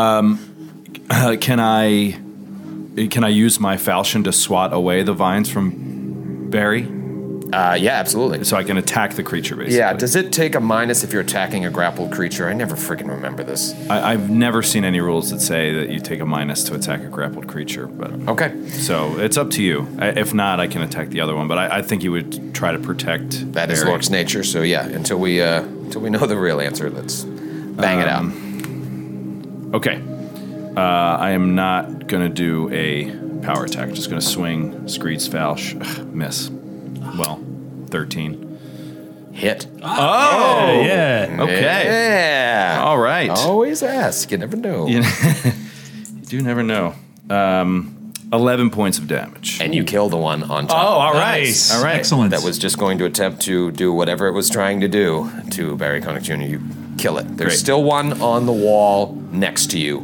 Speaker 9: Uh, can I can I use my falchion to swat away the vines from Barry
Speaker 2: Uh, yeah, absolutely.
Speaker 9: so I can attack the creature? Basically,
Speaker 2: Yeah. Does it take a minus if you're attacking a grappled creature? I never freaking remember this.
Speaker 9: I, I've never seen any rules that say that you take a minus to attack a grappled creature, but
Speaker 2: Okay,
Speaker 9: so it's up to you. I, if not, I can attack the other one, but I, I think you would try to protect.
Speaker 2: that is
Speaker 9: Barry.
Speaker 2: Lork's nature. So yeah, until we uh, until we know the real answer, let's bang it out.
Speaker 9: Okay, uh, I am not gonna do a power attack. just gonna swing Screed's falch, Ugh, miss. Well, thirteen.
Speaker 2: Hit.
Speaker 9: Oh,
Speaker 6: yeah.
Speaker 9: okay.
Speaker 2: Yeah.
Speaker 9: Oh. All right.
Speaker 2: Always ask. You never know.
Speaker 9: You do never know. Um, Eleven points of damage.
Speaker 2: And you kill the one on
Speaker 6: Oh,
Speaker 2: top.
Speaker 9: all right,
Speaker 6: Nice.
Speaker 9: all right.
Speaker 6: Excellent.
Speaker 2: that was just going to attempt to do whatever it was trying to do to Barry Connick Jr. You kill it. There's
Speaker 9: Great.
Speaker 2: still one on the wall next to you,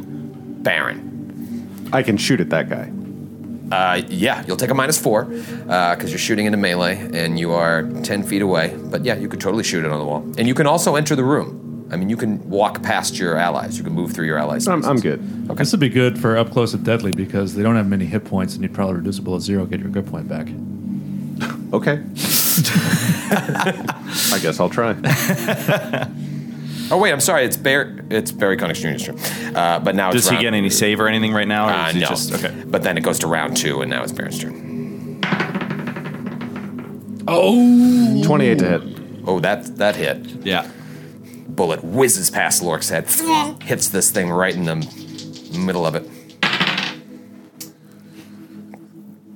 Speaker 2: Baron.
Speaker 8: I can shoot at that guy.
Speaker 2: Uh, yeah, you'll take a minus four because you're shooting into melee and you are ten feet away. But yeah, you could totally shoot it on the wall, and you can also enter the room. I mean, you can walk past your allies. You can move through your allies.
Speaker 8: I'm, I'm
Speaker 2: spaces.
Speaker 8: good.
Speaker 6: This would be good for up close and deadly because they don't have many hit points, and you'd probably reduce it below zero, get your good point back.
Speaker 8: Okay. I guess I'll try.
Speaker 2: Oh wait, I'm sorry. It's Barry. It's Barry Connick Jr.'s turn. Uh, but now
Speaker 9: Does
Speaker 2: it's
Speaker 9: he
Speaker 2: round-
Speaker 9: get any save or anything right now? Or
Speaker 2: Uh,
Speaker 9: is he
Speaker 2: no.
Speaker 9: Just, okay.
Speaker 2: But then it goes to round two, and now it's Baron's turn.
Speaker 8: 28 to hit.
Speaker 2: Oh, that that hit.
Speaker 9: Yeah.
Speaker 2: bullet whizzes past Lork's head, hits this thing right in the middle of it,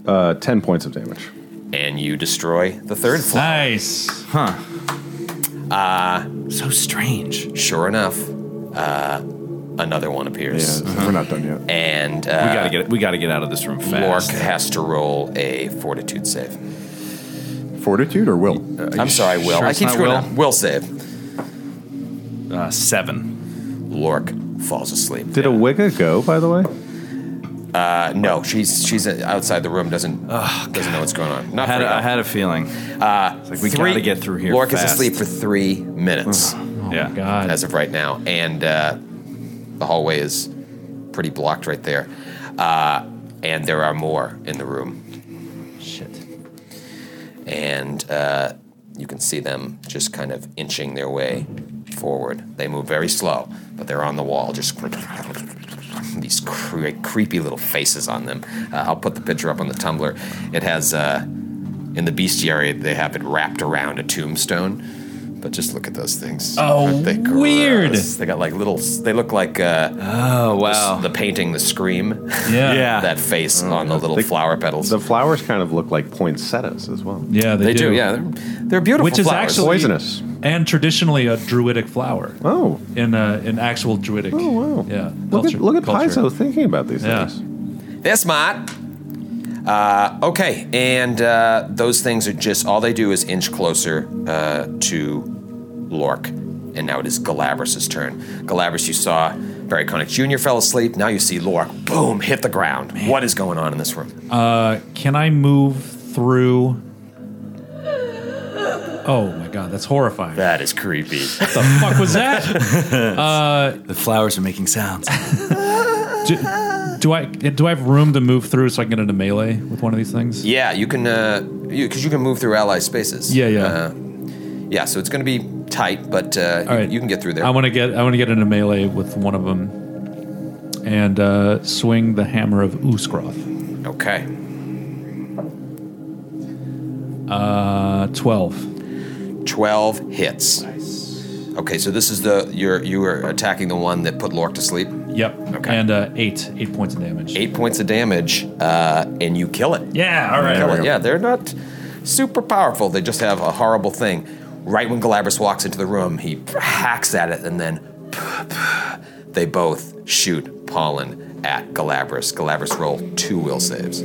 Speaker 8: Uh, 10 points of damage.
Speaker 2: and you destroy the third floor.
Speaker 6: Nice.
Speaker 9: So strange.
Speaker 2: Sure enough, uh, another one
Speaker 3: Yeah,
Speaker 2: appears,
Speaker 3: so we're not done yet.
Speaker 2: and
Speaker 9: We
Speaker 2: uh,
Speaker 9: gotta get we gotta get out of this room
Speaker 2: Lork
Speaker 9: fast.
Speaker 2: has to roll a Fortitude save.
Speaker 3: Fortitude or will?
Speaker 2: I'm sorry, Will.
Speaker 9: sure
Speaker 2: I
Speaker 9: it's
Speaker 2: keep
Speaker 9: not
Speaker 2: screwing
Speaker 9: Will?
Speaker 2: up. Will save.
Speaker 9: Uh, seven.
Speaker 2: Lork falls asleep.
Speaker 8: Did a Wicca go, by the way?
Speaker 2: Uh, no, she's she's outside the room. Doesn't doesn't know what's going on.
Speaker 9: I
Speaker 2: Not
Speaker 9: had,
Speaker 2: freaked
Speaker 9: a, I
Speaker 2: out.
Speaker 9: had a feeling.
Speaker 2: Uh,
Speaker 9: like, we gotta get through here
Speaker 2: Lork is
Speaker 9: fast.
Speaker 2: asleep for three minutes.
Speaker 9: yeah.
Speaker 6: God.
Speaker 2: as of right now, and uh, the hallway is pretty blocked right there. Uh, and there are more in the room,
Speaker 6: Shit.
Speaker 2: and uh, you can see them just kind of inching their way forward. They move very slow, but they're on the wall, just these cre- creepy little faces on them. Uh, I'll put the picture up on the Tumblr. It has uh, in the bestiary they have it wrapped around a tombstone. But just look at those things.
Speaker 6: Oh,
Speaker 2: Aren't they
Speaker 6: weird.
Speaker 2: gross? They got like little. They look like uh,
Speaker 9: Oh wow.
Speaker 2: the painting, the scream,
Speaker 6: Yeah.
Speaker 9: yeah.
Speaker 2: that face on the little
Speaker 8: They-
Speaker 2: flower petals.
Speaker 8: The flowers kind of look like poinsettias as well.
Speaker 6: Yeah, they,
Speaker 2: they do, yeah. They're, they're beautiful
Speaker 6: Which is
Speaker 2: flowers.
Speaker 6: actually-
Speaker 8: Poisonous.
Speaker 6: and traditionally a druidic flower.
Speaker 8: Oh,
Speaker 6: in uh, in actual druidic.
Speaker 8: Oh, wow.
Speaker 6: Yeah,
Speaker 8: Look at- look at Paizo thinking about these
Speaker 6: things.
Speaker 2: They're smart. Uh, okay, and uh, those things are just all they do is inch closer uh, to Lork, and now it is Galabras's turn. Galabras, you saw Barry Connick Jr. fell asleep. Now you see Lork, boom, hit the ground. What is going on in this room?
Speaker 6: Uh, can I move through? Oh my god, that's horrifying.
Speaker 2: That is creepy.
Speaker 6: What the fuck was that? uh,
Speaker 10: the flowers are making sounds.
Speaker 6: do, do I do I have room to move through so I can get into melee with one of these things?
Speaker 2: Yeah, you can, because you, 'cause you can move through ally spaces.
Speaker 6: Yeah, yeah.
Speaker 2: Uh, yeah, so it's going to be tight, but uh,
Speaker 6: All
Speaker 2: you,
Speaker 6: right.
Speaker 2: you can get through there.
Speaker 6: I want to get I want to get into melee with one of them, and uh, swing the hammer of Uskroth.
Speaker 2: Okay.
Speaker 6: Uh, twelve.
Speaker 2: 12 hits. Okay, so this is the you're you were attacking the one that put Lork to sleep.
Speaker 6: Yep. Okay. And uh, eight eight points of damage.
Speaker 2: Eight points of damage, uh, and you kill it.
Speaker 6: Yeah, all right.
Speaker 2: Kill
Speaker 6: There we
Speaker 2: it.
Speaker 6: go.
Speaker 2: Yeah, they're not super powerful. They just have a horrible thing. Right when Galabras walks into the room, he hacks at it, and then they both shoot pollen at Galabras. Galabras roll two will saves.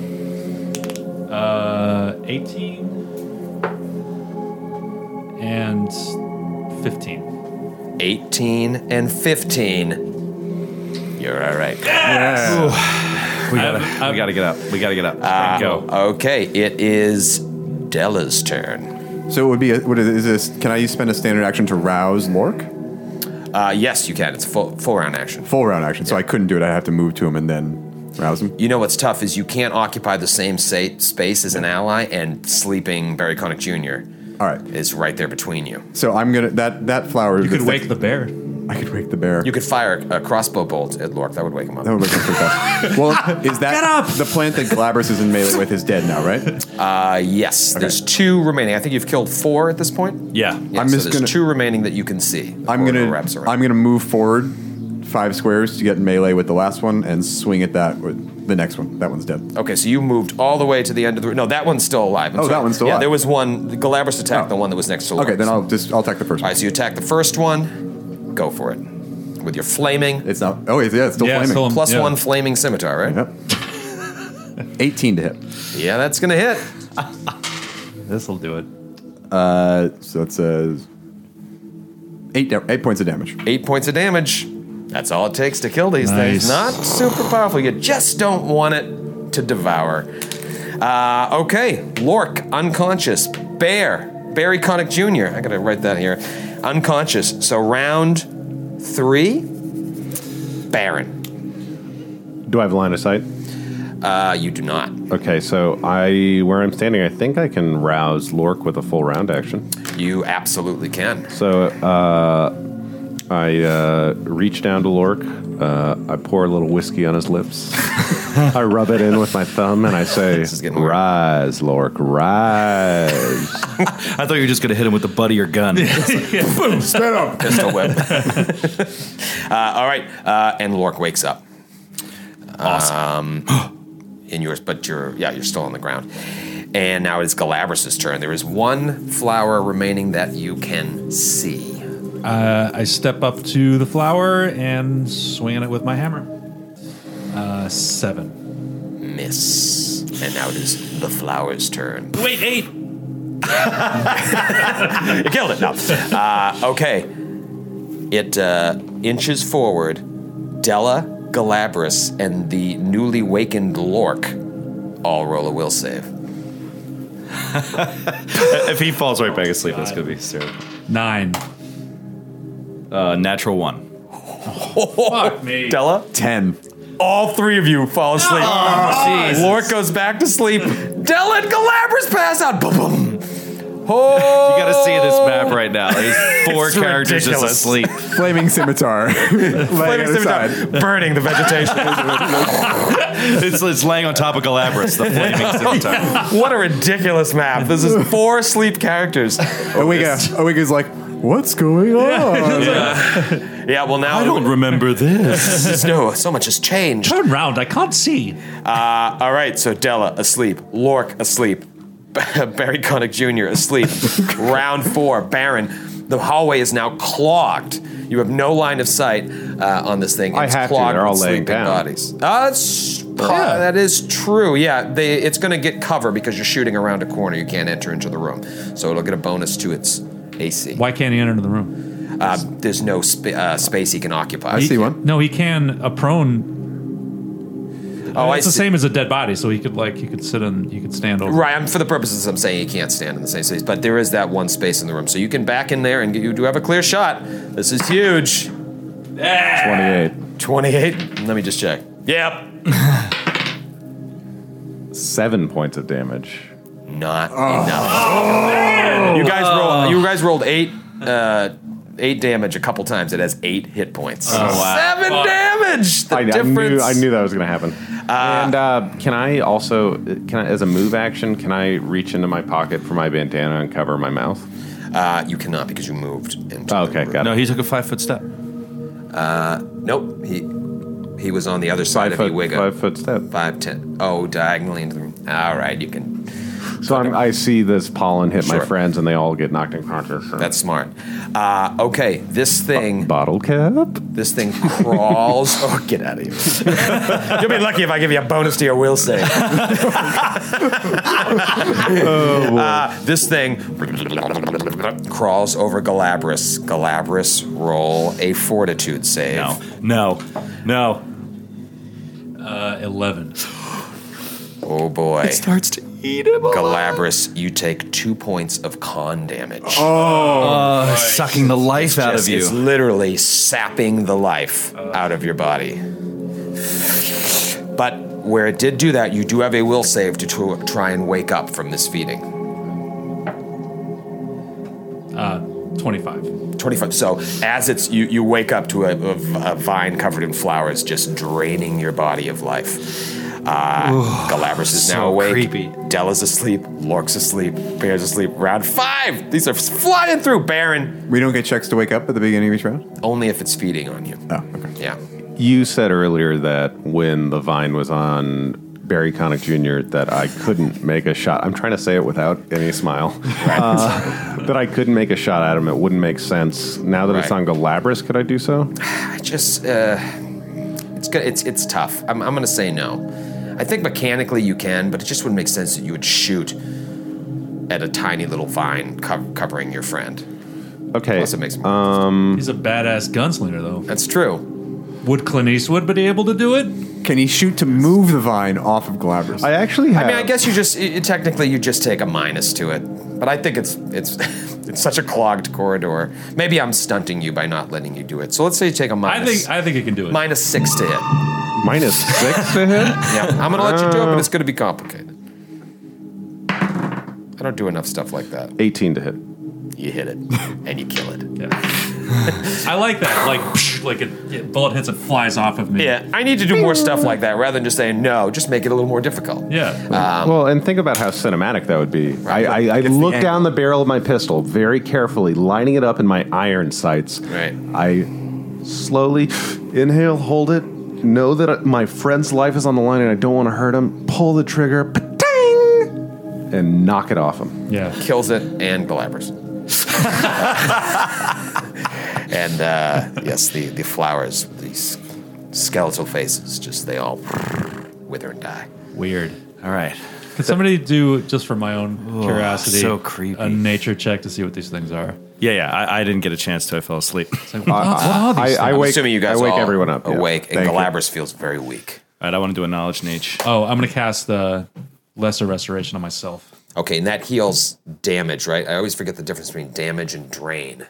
Speaker 6: Uh, 18 and 15.
Speaker 2: 18 and 15. You're all right.
Speaker 9: Yes!
Speaker 2: We gotta, we gotta get up. We gotta get up.
Speaker 9: Uh,
Speaker 2: go. Okay, it is Della's turn.
Speaker 3: So it would be a, what is, is this? Can I use spend a standard action to rouse Lork?
Speaker 2: Uh, yes, you can. It's full, full round action.
Speaker 3: Full round action. So I couldn't do it. I'd have to move to him and then rouse him.
Speaker 2: You know what's tough is you can't occupy the same sa- space as an ally, and sleeping Barry Connick Jr.
Speaker 3: All right,
Speaker 2: is right there between you.
Speaker 3: So I'm gonna that that flower. You
Speaker 2: could wake
Speaker 6: the bear.
Speaker 3: I could wake the bear.
Speaker 2: You could fire a crossbow bolt at Lork. That would wake him up.
Speaker 3: That would wake him pretty fast. Well, is that the plant that Glabras is in melee with is dead now, right?
Speaker 2: Uh, yes. There's two remaining. I think you've killed four at this point.
Speaker 3: Yeah.
Speaker 2: Yeah,
Speaker 3: I'm
Speaker 2: so
Speaker 3: just
Speaker 2: there's
Speaker 3: gonna-
Speaker 2: two remaining that you can see.
Speaker 3: I'm
Speaker 2: Or
Speaker 3: gonna
Speaker 2: wraps around.
Speaker 3: I'm gonna move forward five squares to get in melee with the last one and swing at that with the next one. That one's dead.
Speaker 2: Okay, so you moved all the way to the end of the. No, that one's still alive.
Speaker 3: Oh, that one's still
Speaker 2: yeah,
Speaker 3: alive. Oh.
Speaker 2: There was one. The Galabras attacked the one that was next to. Lork.
Speaker 3: Okay, then I'll just I'll attack the first
Speaker 2: All right, so you attack the first one. Go for it with your flaming.
Speaker 3: It's not. Oh, it's, yeah, it's still flaming.
Speaker 2: Plus one flaming scimitar, right?
Speaker 3: Yep. 18 to hit.
Speaker 2: Yeah, that's gonna hit.
Speaker 6: this will do it.
Speaker 3: Uh, so that's uh, eight da- eight points of damage.
Speaker 2: Eight points of damage. That's all it takes to kill these things. Not
Speaker 3: Nice.
Speaker 2: super powerful. You just don't want it to devour. Uh, okay, Lork, unconscious. Bear, Barry Connick Jr. I gotta write that here. Unconscious. So round three, Baron.
Speaker 8: Do I have a line of sight?
Speaker 2: Uh, you do not.
Speaker 8: Okay, so I where I'm standing, I think I can rouse Lork with a full round action.
Speaker 2: You absolutely can.
Speaker 8: So uh, I uh, reach down to Lork. Uh, I pour a little whiskey on his lips. I rub it in with my thumb and I say, "Rise, Lork, rise."
Speaker 10: I thought you were just going to hit him with the butt of your gun.
Speaker 2: Boom, stand up. Pistol whip. uh, all right, uh, and Lork wakes up. Awesome. Um, in yours, but you're yeah, you're still on the ground. And now it's Galabras's turn. There is one flower remaining that you can see.
Speaker 6: Uh, I step up to the flower and swing at it with my hammer. Uh, seven.
Speaker 2: Miss. And now it is the flower's turn.
Speaker 6: Wait, eight.
Speaker 2: you killed it. No. Uh, okay. It uh, inches forward. Della, Galabras, and the newly wakened Lork all roll a will save.
Speaker 9: if he falls right back asleep, that's gonna be terrible.
Speaker 6: Nine.
Speaker 9: Uh, natural one.
Speaker 6: Fuck me.
Speaker 2: Della?
Speaker 3: 10.
Speaker 2: All three of you fall asleep.
Speaker 6: Oh, Jesus.
Speaker 2: Lork goes back to sleep. Della and Galabras pass out. Boom, boom. Oh,
Speaker 9: You gotta see this map right now. There's four
Speaker 2: It's
Speaker 9: characters
Speaker 2: ridiculous.
Speaker 9: just asleep.
Speaker 3: Flaming scimitar.
Speaker 9: Flaming scimitar,
Speaker 2: burning the vegetation.
Speaker 9: it's, it's laying on top of Galabras, the flaming scimitar.
Speaker 2: what a ridiculous map. This is four sleep characters.
Speaker 3: Oiga, Oiga's like, what's going on?
Speaker 2: Yeah. yeah, well, now. I don't
Speaker 9: remember this.
Speaker 2: no, so much has changed. Turn
Speaker 6: round, I can't see.
Speaker 2: Uh, all right, so Della asleep, Lork asleep, Barry Connick Jr. asleep. round four, Baron. The hallway is now clogged. You have no line of sight uh, on this thing.
Speaker 8: I
Speaker 2: It's
Speaker 8: have to.
Speaker 2: clogged
Speaker 8: They're all
Speaker 2: with
Speaker 8: laying
Speaker 2: sleeping
Speaker 8: down.
Speaker 2: Bodies. Uh, that's pro- That is true. Yeah, they, it's going to get cover because you're shooting around a corner. You can't enter into the room, so it'll get a bonus to its AC.
Speaker 6: Why can't he enter the room?
Speaker 2: Uh, there's no sp- uh, space he can occupy.
Speaker 6: He- No, he can a prone.
Speaker 2: Oh, I
Speaker 6: it's the
Speaker 2: see.
Speaker 6: same as a dead body, so he could like he could sit and he could stand over.
Speaker 2: Right, I'm, for the purposes I'm saying you can't stand in the same space, but there is that one space in the room. So you can back in there and get, you do have a clear shot. This is huge.
Speaker 8: 28.
Speaker 2: 28? Let me just check. Yep.
Speaker 8: Seven points of damage.
Speaker 2: Not
Speaker 8: Oh.
Speaker 2: You guys rolled. You guys rolled eight, uh, eight damage a couple times. It has eight hit points. Seven damage. The
Speaker 8: I, I knew,
Speaker 2: difference.
Speaker 8: I knew that was going to happen. and uh, can I also, can I, as a move action, can I reach into my pocket for my bandana and cover my mouth?
Speaker 2: Uh, you cannot because you moved into.
Speaker 8: Oh, okay, got it.
Speaker 10: No, he took a five foot step.
Speaker 2: Uh, nope. He he was on the other side of
Speaker 8: Five foot-
Speaker 2: you, Wigga.
Speaker 8: five foot step.
Speaker 2: Five ten. Oh, diagonally into the room. All right, you can.
Speaker 8: So I'm, I see this pollen hit
Speaker 2: Sure.
Speaker 8: my friends, and they all get knocked unconscious.
Speaker 2: That's smart. Uh, okay, this thing.
Speaker 8: bottle cap.
Speaker 2: This thing crawls. oh, get out of here! You'll be lucky if I give you a bonus to your will save. Uh, this thing crawls over Galabras. Galabras, roll a fortitude save.
Speaker 10: No, no,
Speaker 2: no. Uh, Eleven. Oh boy! It starts to eat him. Galabras, you take two points of con damage.
Speaker 10: Oh, Uh, sucking the life
Speaker 2: It's
Speaker 10: out of you.
Speaker 2: It's literally sapping the life out of your body. But where it did do that, you do have a will save to tr- try and wake up from this feeding.
Speaker 6: Uh, Twenty-five.
Speaker 2: 25. So as it's you, you wake up to a, a- a vine covered in flowers, just draining your body of life. Uh,
Speaker 10: Ooh,
Speaker 2: Galabras is now
Speaker 10: so
Speaker 2: awake.
Speaker 10: creepy.
Speaker 2: Della's asleep. Lork's asleep. Bear's asleep. Round five. These are flying through. Baron.
Speaker 3: We don't get checks to wake up at the beginning of each round?
Speaker 2: Only if it's feeding on you. Oh, okay. Yeah.
Speaker 8: You said earlier that when the vine was on Barry Connick Jr., that I couldn't make a shot. I'm trying to say it without any smile. Uh, that I couldn't make a shot at him. It wouldn't make sense. Now that it's on
Speaker 2: Right.
Speaker 8: Galabras, could I do so?
Speaker 2: I just uh, it's go- it's it's tough. I'm I'm gonna say no. I think mechanically you can, but it just wouldn't make sense that you would shoot at a tiny little vine cov- covering your friend.
Speaker 8: Okay.
Speaker 2: Plus it makes
Speaker 8: um,
Speaker 6: He's a badass gunslinger, though.
Speaker 2: That's true.
Speaker 6: Would Clint Eastwood be able to do it?
Speaker 3: Can he shoot to move the vine off of Galabras?
Speaker 8: I actually
Speaker 2: I mean, I guess you just you, technically you just take a minus to it, but I think it's it's it's such a clogged corridor. Maybe I'm stunting you by not letting you do it. So let's say you take a
Speaker 6: I
Speaker 2: minus.
Speaker 6: think I think he can do it.
Speaker 2: minus six to hit.
Speaker 8: Minus six to hit?
Speaker 2: Yeah, I'm gonna let you do it,
Speaker 8: Um,
Speaker 2: but it's gonna be complicated. I don't do enough stuff like that.
Speaker 8: 18 to hit.
Speaker 2: You hit it, and you kill it.
Speaker 6: I like that. Like psh, like a, a bullet hits and flies off of me.
Speaker 2: Yeah, I need to do more stuff like that rather than just saying no. Just make it a little more difficult.
Speaker 6: Yeah.
Speaker 2: Uh,
Speaker 8: well, and think about how cinematic that would be. I, I, I look
Speaker 2: angle.
Speaker 8: down the barrel of my pistol very carefully, lining it up in my iron sights.
Speaker 2: Right.
Speaker 8: I slowly inhale, hold it, know that my friend's life is on the line and I don't want to hurt him. Pull the trigger, pa-ting, and knock it off him.
Speaker 6: Yeah.
Speaker 2: Kills it and Galabras. and uh, yes, the, the flowers, these skeletal faces, just they all wither and die.
Speaker 6: Weird.
Speaker 10: All right.
Speaker 6: Could somebody do just for my own
Speaker 10: Oh,
Speaker 6: curiosity?
Speaker 10: so creepy.
Speaker 6: A nature check to see what these things are.
Speaker 10: Yeah, yeah. I, I didn't get a chance to. I fell asleep.
Speaker 6: what are- what are these I- I things?
Speaker 2: I'm assuming you guys all awake, and
Speaker 10: Thank you.
Speaker 2: Galabras feels very weak.
Speaker 10: All right, I want to do a knowledge niche.
Speaker 6: Oh, I'm gonna cast the lesser restoration on myself.
Speaker 2: Okay, and that heals damage, right? I always forget the difference between damage and drain.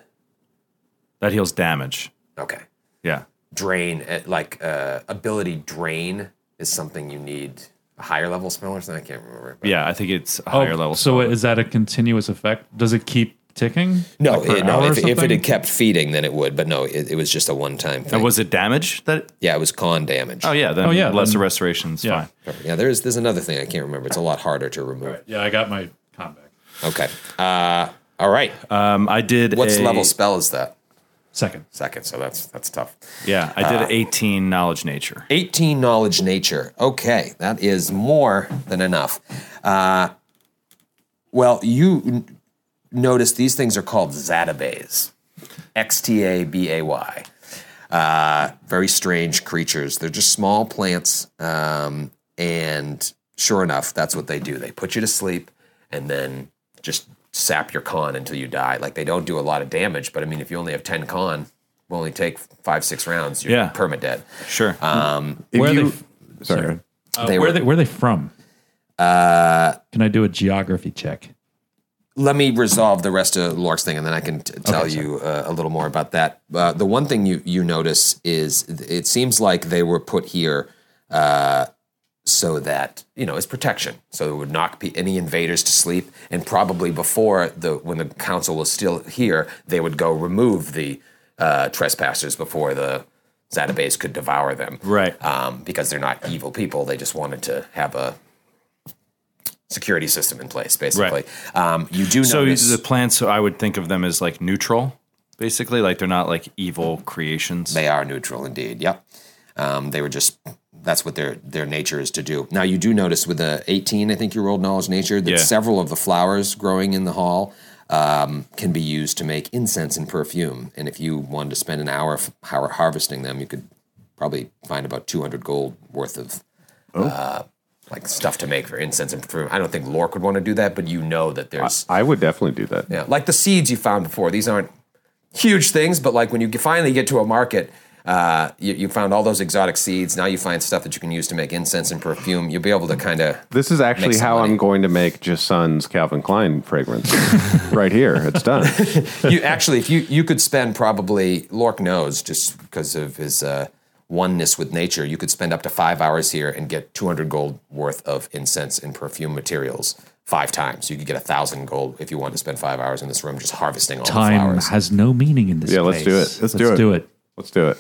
Speaker 10: That heals damage.
Speaker 2: Okay.
Speaker 10: Yeah.
Speaker 2: Drain, eh, like uh, ability drain is something you need a higher level spell or something. I can't remember.
Speaker 10: Yeah, I think it's a higher
Speaker 6: oh,
Speaker 10: level.
Speaker 6: So is that a continuous effect? Does it keep ticking?
Speaker 2: No,
Speaker 6: Like per
Speaker 2: it- no.
Speaker 6: hour or
Speaker 2: If, if it
Speaker 6: something?
Speaker 2: had kept feeding, then it would. But no, it, it was just a one-time thing.
Speaker 10: And was it damage? That
Speaker 2: yeah, it was con damage.
Speaker 10: Oh yeah, then
Speaker 2: Oh, yeah,
Speaker 10: lesser
Speaker 2: then-
Speaker 10: restoration's fine.
Speaker 2: Yeah, there's there's another thing I can't remember. It's a lot harder to remove.
Speaker 6: Yeah, I got my combat.
Speaker 2: Okay. Uh, all right.
Speaker 10: Um, I did.
Speaker 2: What's
Speaker 10: a-
Speaker 2: level spell is that?
Speaker 6: Second.
Speaker 2: Second. So that's that's tough.
Speaker 10: Yeah, I did
Speaker 2: Uh,
Speaker 10: 18 knowledge nature.
Speaker 2: 18 knowledge nature. Okay, that is more than enough. Uh, well, you notice these things are called Zatabays. X T A B A Y. Uh, very strange creatures. They're just small plants. Um, and sure enough, that's what they do. They put you to sleep and then just sap your con until you die. Like they don't do a lot of damage, but I mean, if you only have 10 con, will only take five, six rounds, you're
Speaker 10: Yeah.
Speaker 2: permadead.
Speaker 10: Sure.
Speaker 2: Um,
Speaker 6: Where are they? Sorry. Uh,
Speaker 2: They
Speaker 6: where,
Speaker 2: were-
Speaker 6: are they, where are they from?
Speaker 2: Uh,
Speaker 6: Can I do a geography check?
Speaker 2: let me resolve the rest of Lork's thing, and then I can t- tell you uh, a little more about that. Uh, the one thing you you notice is th- it seems like they were put here uh, so that you know it's protection, so it would knock pe- any invaders to sleep, and probably before the when the council was still here, they would go remove the uh, trespassers before the Zatabase could devour them, right? Um, because they're not evil people; they just wanted to have a security system in place, basically. Um, you do
Speaker 10: so
Speaker 2: notice-
Speaker 10: the plants. I would think of them as like neutral, basically. Like they're not like evil creations.
Speaker 2: They are neutral indeed. Yep. Um, they were just that's what their their nature is to do. Now you do notice with the 18, I think you rolled knowledge nature that
Speaker 10: Yeah.
Speaker 2: several of the flowers growing in the hall um, can be used to make incense and perfume. And if you wanted to spend an hour f- hour harvesting them, you could probably find about 200 gold worth of. Uh, like stuff to make for incense and perfume. I don't think Lork would want to do that, but you know that there's
Speaker 8: I would definitely do that.
Speaker 2: yeah, like the seeds you found before. These aren't huge things, but like when you finally get to a market, uh, you, you found all those exotic seeds. Now you find stuff that you can use to make incense and perfume. You'll be able to kind of
Speaker 8: This is actually how I'm going to make Jasun's Calvin Klein fragrance. right here, it's done.
Speaker 2: you actually, if you you could spend probably Lork knows just because of his uh, oneness with nature, you could spend up to five hours here and get 200 gold worth of incense and perfume materials five times. You could get a thousand gold if you wanted to spend five hours in this room just harvesting all the
Speaker 6: Time
Speaker 2: flowers.
Speaker 6: has no meaning in this
Speaker 2: Yeah, let's
Speaker 6: place.
Speaker 2: do it. Let's do it.
Speaker 6: do it.
Speaker 8: Let's do it.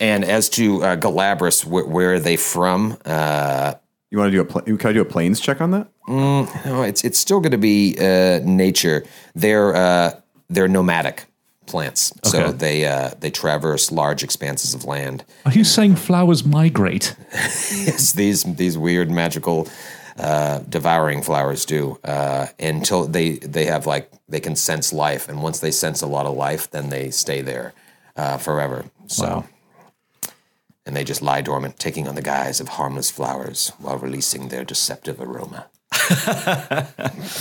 Speaker 2: And as to uh, Galabras, wh- where are they from? Uh,
Speaker 3: you want to do a pla- can I do a planes check on that?
Speaker 2: Mm, no, it's it's still going to be uh, nature. They're uh, they're nomadic plants, so
Speaker 6: Okay.
Speaker 2: they uh, they traverse large expanses of land.
Speaker 6: Are you saying flowers migrate?
Speaker 2: yes, these these weird magical uh, devouring flowers do uh, until they they have like they can sense life, and once they sense a lot of life, then they stay there uh, forever. So. And they just lie dormant, taking on the guise of harmless flowers while releasing their deceptive aroma.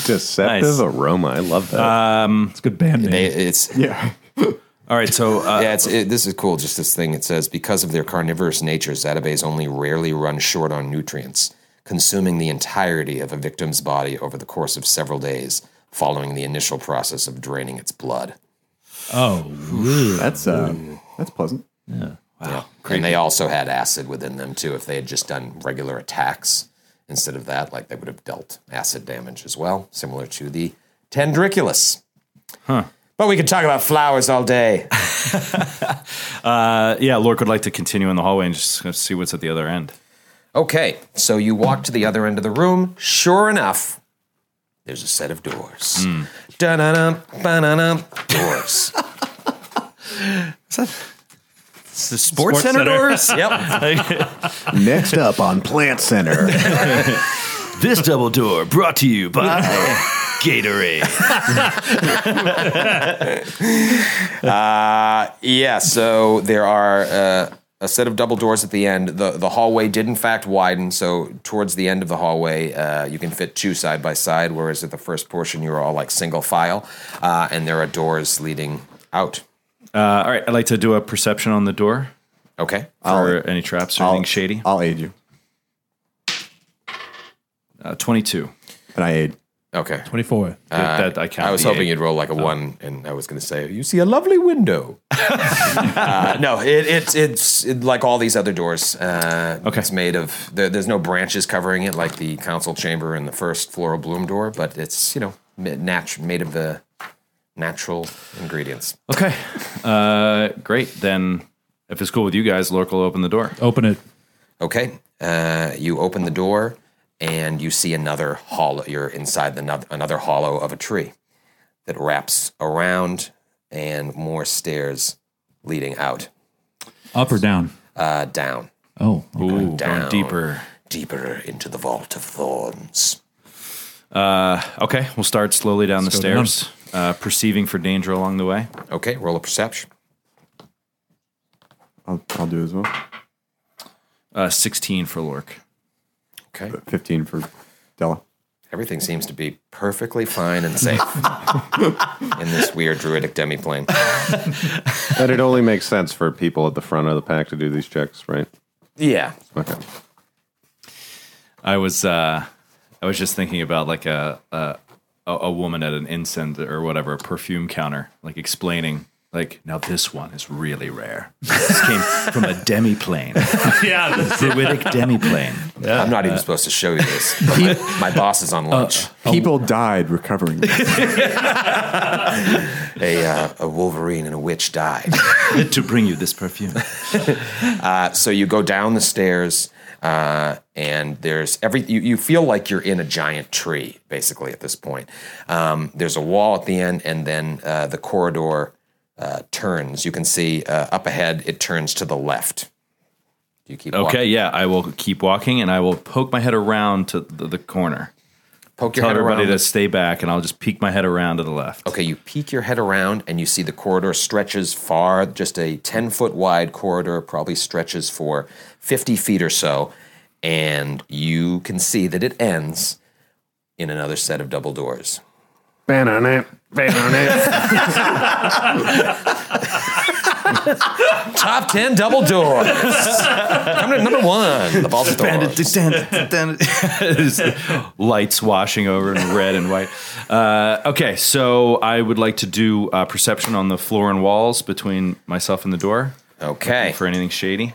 Speaker 8: Deceptive
Speaker 10: Nice.
Speaker 8: aroma. I love that.
Speaker 10: Um, it's
Speaker 6: a good band name.
Speaker 2: it's
Speaker 8: yeah.
Speaker 2: All right, so uh, yeah, it's, it, this is cool. Just this thing it says because of their carnivorous natures, zatabays only rarely run short on nutrients, consuming the entirety of a victim's body over the course of several days following the initial process of draining its blood.
Speaker 6: Oh,
Speaker 3: that's uh, that's pleasant.
Speaker 6: Yeah.
Speaker 2: Wow, and they also had acid within them too. If they had just done regular attacks instead of that, like they would have dealt acid damage as well, similar to the tendriculus.
Speaker 10: Huh.
Speaker 2: But we could talk about flowers all day.
Speaker 10: Uh, yeah, Lork would like to continue in the hallway and just kind of see what's at the other end.
Speaker 2: Okay, so you walk to the other end of the room. Sure enough, there's a set of doors. Dun-dun-dun, dun-dun-dun, doors.
Speaker 10: The sports,
Speaker 2: center doors?
Speaker 10: yep.
Speaker 3: Next up on Plant Center.
Speaker 11: this double door brought to you by Gatorade.
Speaker 2: uh, yeah, so there are uh, a set of double doors at the end. The, the hallway did, in fact, widen. So, towards the end of the hallway, uh, you can fit two side by side, whereas at the first portion, you were all like single file. Uh, and there are doors leading out.
Speaker 10: Uh, all right, I'd like to do a perception on the door.
Speaker 2: Okay.
Speaker 10: For any traps or anything shady.
Speaker 3: I'll aid you.
Speaker 10: Uh, 22.
Speaker 3: And I aid.
Speaker 2: Okay.
Speaker 6: 24.
Speaker 2: Uh,
Speaker 10: that I count.
Speaker 2: I was
Speaker 10: the
Speaker 2: hoping
Speaker 10: eight.
Speaker 2: you'd roll like a one, and I was going to say you see a lovely window. uh, no, it, it, it's it, like all these other doors. Uh, okay, it's made of there, there's no branches covering it like the council chamber and the first floral bloom door, but it's you know ma- nat- made of the natural ingredients.
Speaker 10: Okay. Uh, great. Then, if it's cool with you guys, Lork will open the door.
Speaker 6: Open it.
Speaker 2: Okay, uh, you open the door and you see another hollow. You're inside the noth- another hollow of a tree that wraps around, and more stairs leading out.
Speaker 6: Up or down?
Speaker 2: Uh, down.
Speaker 6: Oh,
Speaker 2: Going down, deeper into the vault of thorns.
Speaker 9: Uh, okay, we'll start slowly down
Speaker 6: Let's
Speaker 9: the
Speaker 6: go down.
Speaker 9: stairs, uh, perceiving for danger along the way.
Speaker 2: Okay, roll a perception.
Speaker 3: I'll, I'll do as well.
Speaker 9: Uh, 16 for Lork.
Speaker 2: Okay.
Speaker 3: 15 for Della.
Speaker 2: Everything seems to be perfectly fine and safe in this weird druidic demiplane.
Speaker 8: that it only makes sense for people at the front of the pack to do these checks, right?
Speaker 2: Yeah.
Speaker 8: Okay.
Speaker 9: I was uh, I was just thinking about like a a, a a woman at an incense or whatever a perfume counter, like explaining like now this one is really rare. This came from a demiplane.
Speaker 6: Yeah, that's-
Speaker 9: druidic demiplane.
Speaker 2: I'm not even supposed to show you this. My boss is on lunch.
Speaker 8: Oh.
Speaker 3: People died recovering.
Speaker 2: a, uh, a wolverine and a witch died
Speaker 9: to bring you this perfume.
Speaker 2: uh, so you go down the stairs, uh, and there's every you, you feel like you're in a giant tree basically at this point. Um, there's a wall at the end, and then uh, the corridor uh, turns. You can see uh, up ahead it turns to the left. You keep
Speaker 9: okay,
Speaker 2: walking.
Speaker 9: yeah, I will keep walking and I will poke my head around to the, the corner.
Speaker 2: Poke your
Speaker 9: Tell
Speaker 2: head
Speaker 9: everybody
Speaker 2: around.
Speaker 9: to stay back, and I'll just peek my head around to the left.
Speaker 2: Okay, you peek your head around and you see the corridor stretches far, just a 10 foot wide corridor, probably stretches for 50 feet or so. And you can see that it ends in another set of double doors.
Speaker 8: Ban on it. Ban on it.
Speaker 2: Top 10 double doors. Coming at number one, the Baltimore.
Speaker 9: It's lights washing over in red and white. Uh, okay, so I would like to do uh, perception on the floor and walls between myself and the door.
Speaker 2: Okay.
Speaker 9: for anything shady.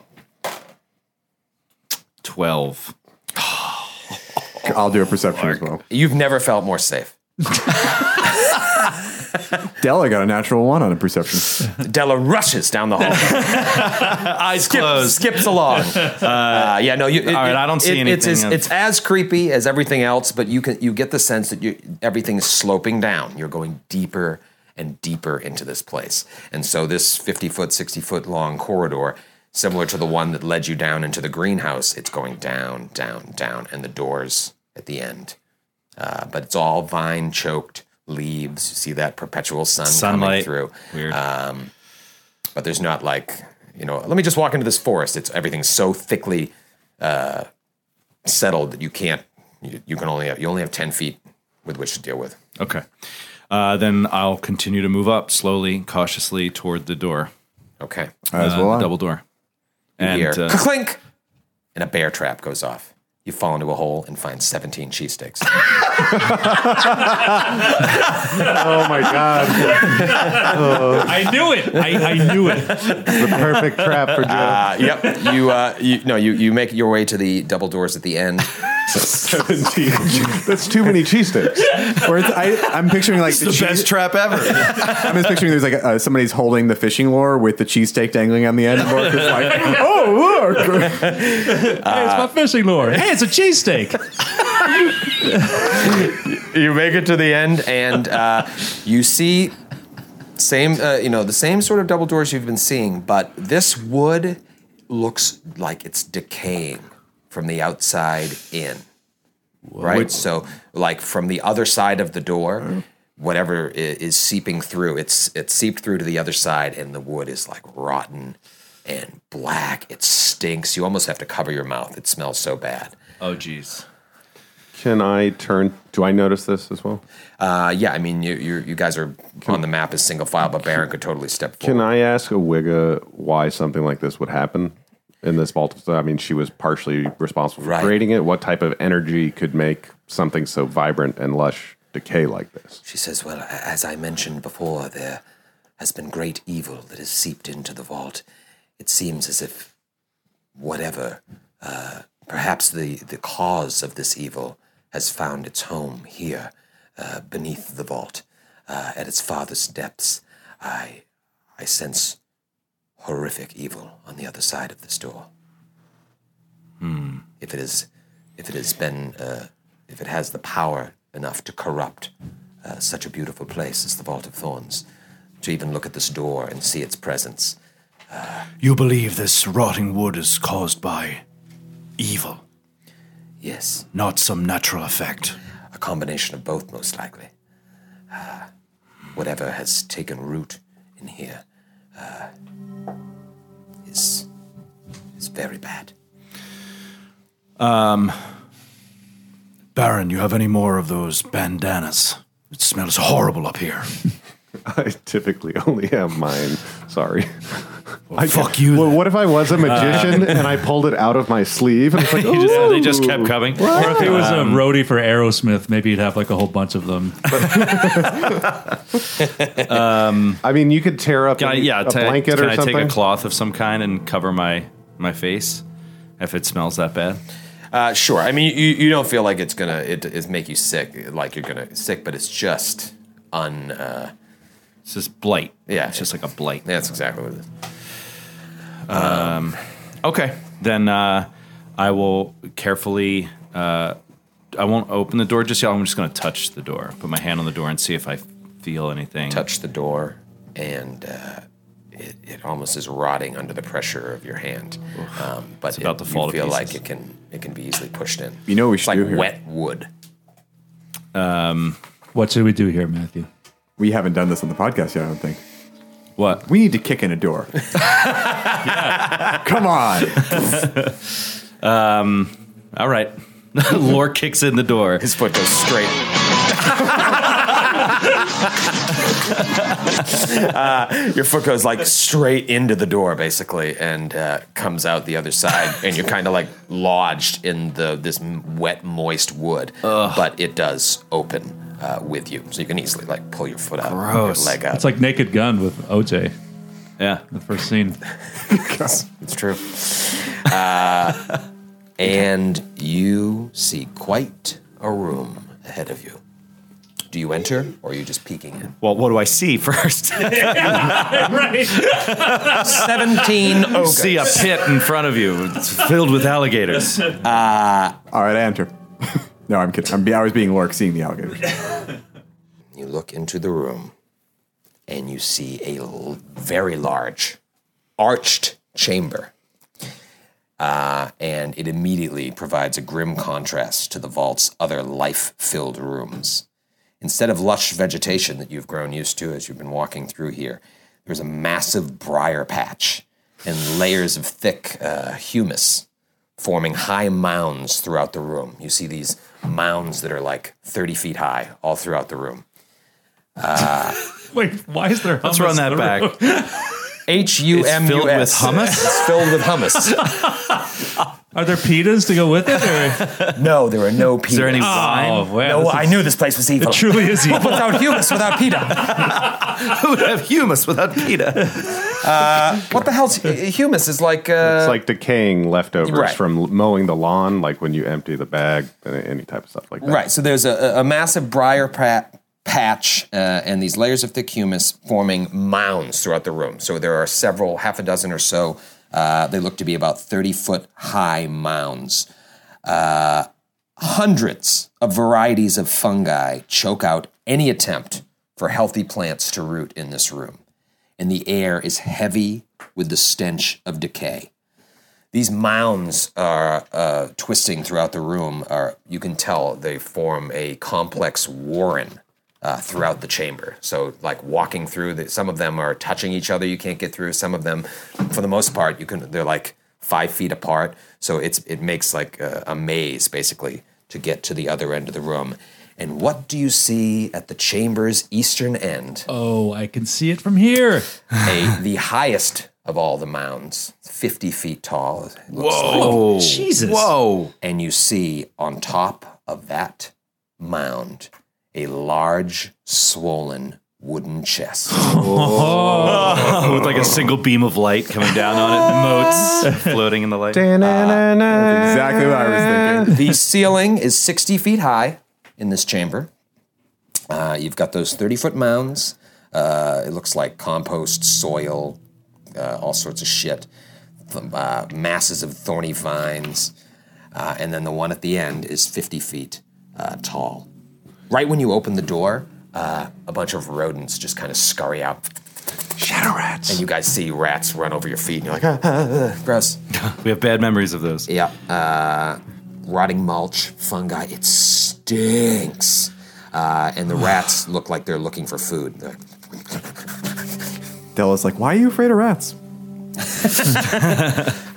Speaker 9: 12.
Speaker 3: I'll do a perception as well.
Speaker 2: You've never felt more safe.
Speaker 3: Della got a natural one on a perception.
Speaker 2: Della rushes down the hall.
Speaker 9: Uh, Eyes closed.
Speaker 2: Skips along. Uh, yeah, no, you. it-
Speaker 9: all right,
Speaker 2: it-
Speaker 9: I don't see
Speaker 2: it- It's,
Speaker 9: anything
Speaker 2: as-
Speaker 9: of-
Speaker 2: it's as creepy as everything else, but you can you get the sense that you everything's sloping down. You're going deeper and deeper into this place, and so this 50 foot, 60 foot long corridor, similar to the one that led you down into the greenhouse, it's going down, down, down, and the doors at the end. Uh, but it's all vine choked leaves. You see that perpetual sun coming
Speaker 9: Sunlight.
Speaker 2: through. Weird. Um, but there's not like you know let me just walk into this forest it's everything's so thickly uh, settled that you can't you, you can only have, you only have 10 feet with which to deal with
Speaker 9: Okay. Uh, then I'll continue to move up slowly, cautiously toward the door.
Speaker 2: Okay.
Speaker 9: Uh, the double door.
Speaker 2: You
Speaker 9: And,
Speaker 2: hear
Speaker 9: uh,
Speaker 2: clink and a bear trap goes off you fall into a hole and find 17 cheese sticks
Speaker 8: oh my god!
Speaker 6: I knew it. I, I knew it.
Speaker 8: The perfect trap for Joe.
Speaker 2: Uh, yep. You, uh, you no, you, you make your way to the double doors at the end.
Speaker 8: 17. That's too many cheese sticks.
Speaker 3: Or it's, I, I'm picturing like the, best
Speaker 9: trap ever.
Speaker 3: I'm just picturing there's like uh, somebody's holding the fishing lure with the cheesesteak dangling on the end. And Lork is like, oh, look.
Speaker 6: hey, it's my fishing lure. Hey, it's a cheesesteak.
Speaker 2: you make it to the end and uh, you see same uh, you know the same sort of double doors you've been seeing but this wood looks like it's decaying from the outside in right
Speaker 9: Wait.
Speaker 2: so like from the other side of the door whatever i- is seeping through it's it's seeped through to the other side and the wood is like rotten and black it stinks you almost have to cover your mouth it smells so bad
Speaker 9: Oh, geez.
Speaker 8: Can I turn? Do I notice this as well?
Speaker 2: Uh, yeah, I mean, you you you guys are on the map as single file, but Baron could totally step forward.
Speaker 8: Can I ask a Wigga why something like this would happen in this Baltimore? I mean, she was partially responsible for
Speaker 2: Right.
Speaker 8: creating it. What type of energy could make something so vibrant and lush decay like this?
Speaker 2: She says, "Well, a- as I mentioned before, there has been great evil that has seeped into the vault. It seems as if whatever, uh, perhaps the the cause of this evil, has found its home here, uh, beneath the vault, uh, at its farthest depths. I I sense horrific evil on the other side of this door."
Speaker 9: Hmm.
Speaker 2: if it is if it has been uh, if it has the power enough to corrupt uh, such a beautiful place as the vault of thorns to even look at this door and see its presence
Speaker 11: You believe this rotting wood is caused by evil?
Speaker 2: Yes.
Speaker 11: Not some natural effect.
Speaker 2: combination of both, most likely. Uh, whatever has taken root in here uh, is is very bad.
Speaker 9: Um, Baron, you have any more of those bandanas? It smells horrible up here.
Speaker 8: I typically only have mine. Sorry.
Speaker 9: I, fuck you.
Speaker 8: Well, what if I was a magician
Speaker 9: Uh,
Speaker 8: and I pulled it out of my sleeve? And it's like,
Speaker 6: You just-
Speaker 8: "Ooh."
Speaker 6: they just kept
Speaker 9: coming.
Speaker 6: Or if he was a
Speaker 8: Um,
Speaker 6: roadie for Aerosmith, maybe you'd have like a whole bunch of them.
Speaker 8: um, I mean, you could tear up
Speaker 9: Can I,
Speaker 8: any-
Speaker 9: yeah,
Speaker 8: a
Speaker 9: ta-
Speaker 8: blanket
Speaker 9: can
Speaker 8: or
Speaker 9: I
Speaker 8: something.
Speaker 9: take a cloth of some kind and cover my my face if it smells that bad?
Speaker 2: Uh, sure. I mean, you, you don't feel like it's gonna it, it make you sick, like you're gonna sick, but it's just un. Uh,
Speaker 9: it's just blight.
Speaker 2: Yeah,
Speaker 9: It's just like a blight.
Speaker 2: That's exactly what it is.
Speaker 9: Um, okay, then uh, I will carefully. Uh, I won't open the door just yet. I'm just going to touch the door. Put my hand on the door and see if I feel anything.
Speaker 2: Touch the door, and uh, it, it almost is rotting under the pressure of your hand. Um, but
Speaker 9: about
Speaker 2: it-
Speaker 9: to fall
Speaker 2: you
Speaker 9: to
Speaker 2: feel
Speaker 9: pieces.
Speaker 2: like it can it can be easily pushed in.
Speaker 3: You know what we
Speaker 2: It's
Speaker 3: should
Speaker 2: like
Speaker 3: do here?
Speaker 2: Wet wood.
Speaker 9: Um,
Speaker 6: what should we do here, Matthew?
Speaker 3: We haven't done this on the podcast yet, I don't think.
Speaker 9: What?
Speaker 3: We need to kick in a door. Come on.
Speaker 9: um, all right. Lore kicks in the door. His
Speaker 2: foot goes straight. uh, your foot goes like straight into the door, basically, and uh, comes out the other side, and you're kind of like lodged in the this m- wet, moist wood. But it does open uh, with you, so you can easily like pull your foot out, your leg out.
Speaker 6: It's like Naked Gun with OJ.
Speaker 9: Yeah,
Speaker 6: the first scene.
Speaker 2: it's true. Uh, and you see quite a room ahead of you. Do you enter, or are you just peeking in?
Speaker 9: Well, what do I see first?
Speaker 5: right.
Speaker 2: 17
Speaker 9: You see a pit in front of you. It's filled with alligators.
Speaker 3: Uh, All right, I enter. no, I'm kidding. I'm, be- I was being Lork seeing the alligators.
Speaker 2: You look into the room and you see a l- very large arched chamber. Uh, and it immediately provides a grim contrast to the vault's other life filled rooms. Instead of lush vegetation that you've grown used to as you've been walking through here, there's a massive briar patch and layers of thick uh, humus forming high mounds throughout the room. You see these mounds that are like 30 feet high all throughout the room. Uh,
Speaker 6: Wait, why is there?
Speaker 9: Let's
Speaker 6: hummus
Speaker 9: run that
Speaker 6: in the
Speaker 9: back.
Speaker 6: room?
Speaker 2: H U M U S.
Speaker 9: It's filled with hummus?
Speaker 2: It's filled with hummus.
Speaker 6: Are there pitas to go with it? Or?
Speaker 2: no, there are no pitas.
Speaker 6: Is there any wine? Oh, wow, this is-
Speaker 2: knew this place was evil.
Speaker 6: It truly is evil.
Speaker 2: Without humus, without pita.
Speaker 9: Who would have humus without pita?
Speaker 2: Uh, what the hell's humus? Is like uh,
Speaker 8: it's like decaying leftovers
Speaker 2: Right.
Speaker 8: from l- mowing the lawn, like when you empty the bag, uh, any type of stuff like that.
Speaker 2: Right. So there's a, a massive briar pa- patch uh, and these layers of thick humus forming mounds throughout the room. So there are several, half a dozen or so. Uh, they look to be about 30 foot high mounds. Uh, hundreds of varieties of fungi choke out any attempt for healthy plants to root in this room. And the air is heavy with the stench of decay these mounds are uh, twisting throughout the room. Are you can tell they form a complex warren uh, throughout the chamber. So, like walking through, the, some of them are touching each other. You can't get through. Some of them, for the most part, you can. They're like five feet apart. So it's it makes like a, a maze basically to get to the other end of the room. And what do you see at the chamber's eastern end?
Speaker 6: Oh, I can see it from here.
Speaker 2: a the highest of all the mounds, fifty feet tall. it looks
Speaker 9: Whoa. Jesus. Whoa.
Speaker 2: Oh, And you see on top of that mound a large, swollen wooden chest.
Speaker 9: Oh, With like a single beam of light coming down on it, motes floating in the light.
Speaker 8: Uh,
Speaker 2: exactly what I was thinking. The ceiling is 60 feet high in this chamber. Uh, you've got those 30 foot mounds. Uh, it looks like compost, soil, uh, all sorts of shit, th- uh, masses of thorny vines. Uh, and then the one at the end is 50 feet uh, tall. Right when you open the door, uh, a bunch of rodents just kind of scurry out. Shadow rats. And you guys see rats run over your feet, and you're like, "Ah, gross.
Speaker 9: we have bad memories of those.
Speaker 2: Yeah. Uh, rotting mulch, fungi. It stinks. Uh, and the rats look like they're looking for food. They're like,
Speaker 3: Della's like, why are you afraid of rats?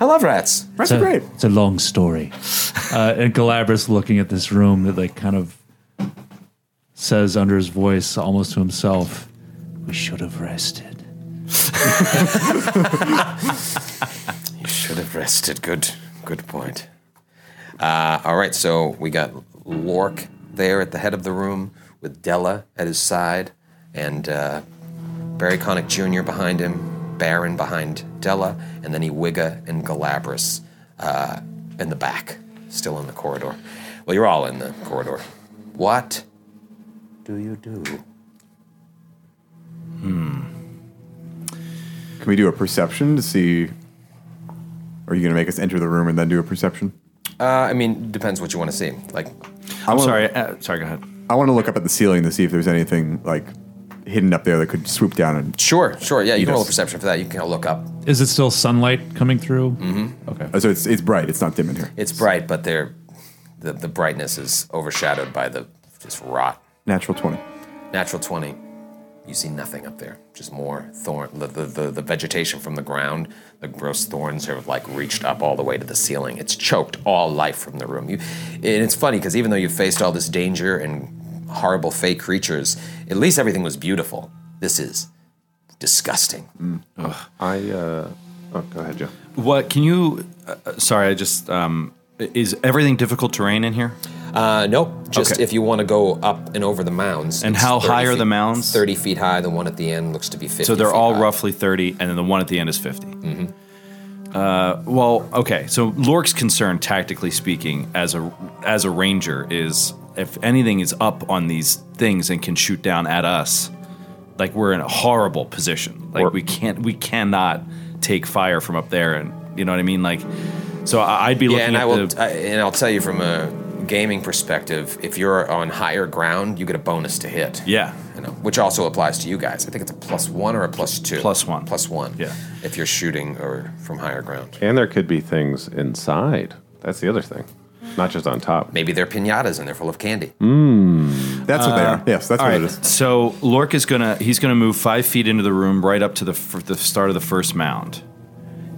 Speaker 2: I love rats.
Speaker 3: Rats are great.
Speaker 6: It's a long story. Uh, and Galabras looking at this room that like kind of says under his voice almost to himself, "We should have rested."
Speaker 2: You should have rested. Good, good point. Uh, all right, so we got Lork there at the head of the room with Della at his side, and uh, Barry Connick Jr. behind him, Baron behind Della, and then Iwiga and Galabras uh, in the back, still in the corridor. Well, you're all in the corridor. What do you do?
Speaker 3: Hmm. Can we do a perception to see? Are you going to make us enter the room and then do a perception?
Speaker 2: Uh, I mean, depends what you want to see. Like,
Speaker 3: I'm
Speaker 2: sorry,
Speaker 3: uh,
Speaker 9: sorry, go ahead.
Speaker 3: I want to look up at the ceiling to see if there's anything like hidden up there that could swoop down and.
Speaker 2: Sure, sure. Yeah,
Speaker 3: Eat
Speaker 2: you can roll a
Speaker 3: us.
Speaker 2: perception for that. You can look up.
Speaker 6: Is it still sunlight coming through? Mm-hmm. Okay.
Speaker 3: Oh, so it's it's bright. It's not dim in here.
Speaker 2: It's bright, but they're, the, the brightness is overshadowed by the just rot.
Speaker 3: Natural twenty.
Speaker 2: Natural 20, you see nothing up there. Just more thorn, the, the, the, the vegetation from the ground. The gross thorns have like reached up all the way to the ceiling. It's choked all life from the room. You, and it's funny because even though you faced all this danger and horrible fake creatures, at least everything was beautiful. This is disgusting.
Speaker 9: Mm-hmm.
Speaker 8: I uh, oh, go ahead, Joe.
Speaker 9: What can you? Uh, uh, sorry, I just um, i- is everything difficult terrain in here?
Speaker 2: Uh, nope. Just if you want to go up and over the mounds.
Speaker 9: And
Speaker 2: it's
Speaker 9: how
Speaker 2: 30
Speaker 9: high are the
Speaker 2: feet-
Speaker 9: mounds?
Speaker 2: Thirty feet high. The one at the end looks to be fifty.
Speaker 9: So they're
Speaker 2: feet
Speaker 9: all
Speaker 2: high.
Speaker 9: roughly 30, and then the one at the end is 50.
Speaker 2: Mm-hmm.
Speaker 9: Uh, well, okay. So Lork's concern, tactically speaking, as a as a ranger, is if anything is up on these things and can shoot down at us, like we're in a horrible position. Like we can't, we cannot take fire from up there, and you know what I mean. Like, so I- I'd be looking
Speaker 2: yeah, and
Speaker 9: at
Speaker 2: I will,
Speaker 9: the.
Speaker 2: I, and I'll tell you from a gaming perspective, if you're on higher ground, you get a bonus to hit.
Speaker 9: Yeah.
Speaker 2: You know, which also applies to you guys. I think it's a plus one or a plus two. Plus one. Plus one. Yeah. If you're shooting or from higher ground,
Speaker 8: And there could be things inside. That's the other thing, not just on top.
Speaker 2: maybe they're pinatas and they're full of candy.
Speaker 8: Mm.
Speaker 3: That's what they are. Yes, that's
Speaker 9: all
Speaker 3: what it
Speaker 9: right.
Speaker 3: is.
Speaker 9: So Lork is gonna he's gonna move five feet into the room, right up to the f- the start of the first mound,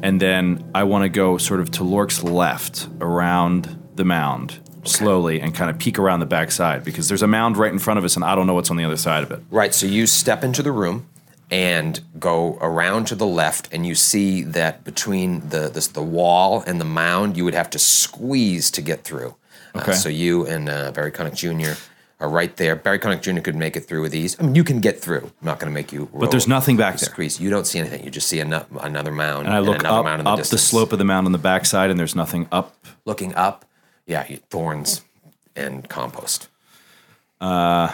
Speaker 9: and then I want to go sort of to Lork's left around the mound slowly and kind of peek around the backside because there's a mound right in front of us, and I don't know what's on the other side of it.
Speaker 2: Right. So you step into the room and go around to the left, and you see that between the this, the wall and the mound, you would have to squeeze to get through. Uh,
Speaker 9: Okay.
Speaker 2: so you and uh, Barry Connick Jr. are right there. Barry Connick Jr. could make it through with ease. I mean, you can get through. I'm not going to make you. Roll
Speaker 9: But there's nothing back
Speaker 2: to
Speaker 9: there.
Speaker 2: squeeze. You don't see anything. You just see ano- another mound
Speaker 9: And I look
Speaker 2: another
Speaker 9: up
Speaker 2: mound in the
Speaker 9: up the
Speaker 2: distance.
Speaker 9: slope of the mound on the backside, and there's nothing up.
Speaker 2: Looking up, yeah, you- thorns and compost.
Speaker 9: Uh,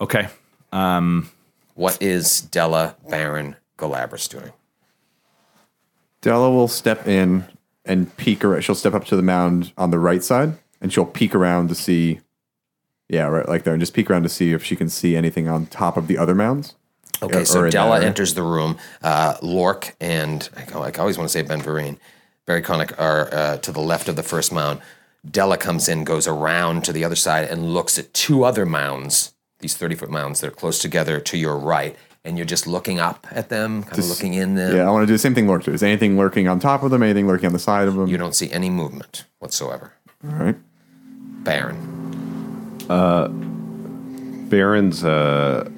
Speaker 9: okay. Um,
Speaker 2: what is Della Baron Galabras doing?
Speaker 3: Della will step in and peek around. She'll step up to the mound on the right side and she'll peek around to see. Yeah, right, like there, and just peek around to see if she can see anything on top of the other mounds.
Speaker 2: Okay,
Speaker 3: Or- or
Speaker 2: so
Speaker 3: in
Speaker 2: Della
Speaker 3: that area.
Speaker 2: enters the room. Uh, Lork and I, I always want to say Ben Vereen, Barry Connick are uh, to the left of the first mound. Della comes in, goes around to the other side, and looks at two other mounds. These thirty-foot mounds. They're close together to your right, and you're just looking up at them, kind of
Speaker 3: Just-
Speaker 2: looking in them.
Speaker 3: Yeah, I want to do the same thing Lurk does. Anything lurking on top of them, anything lurking on the side of them. You
Speaker 2: don't see any movement whatsoever.
Speaker 3: All right.
Speaker 2: Baron.
Speaker 8: Uh, Baron's uh,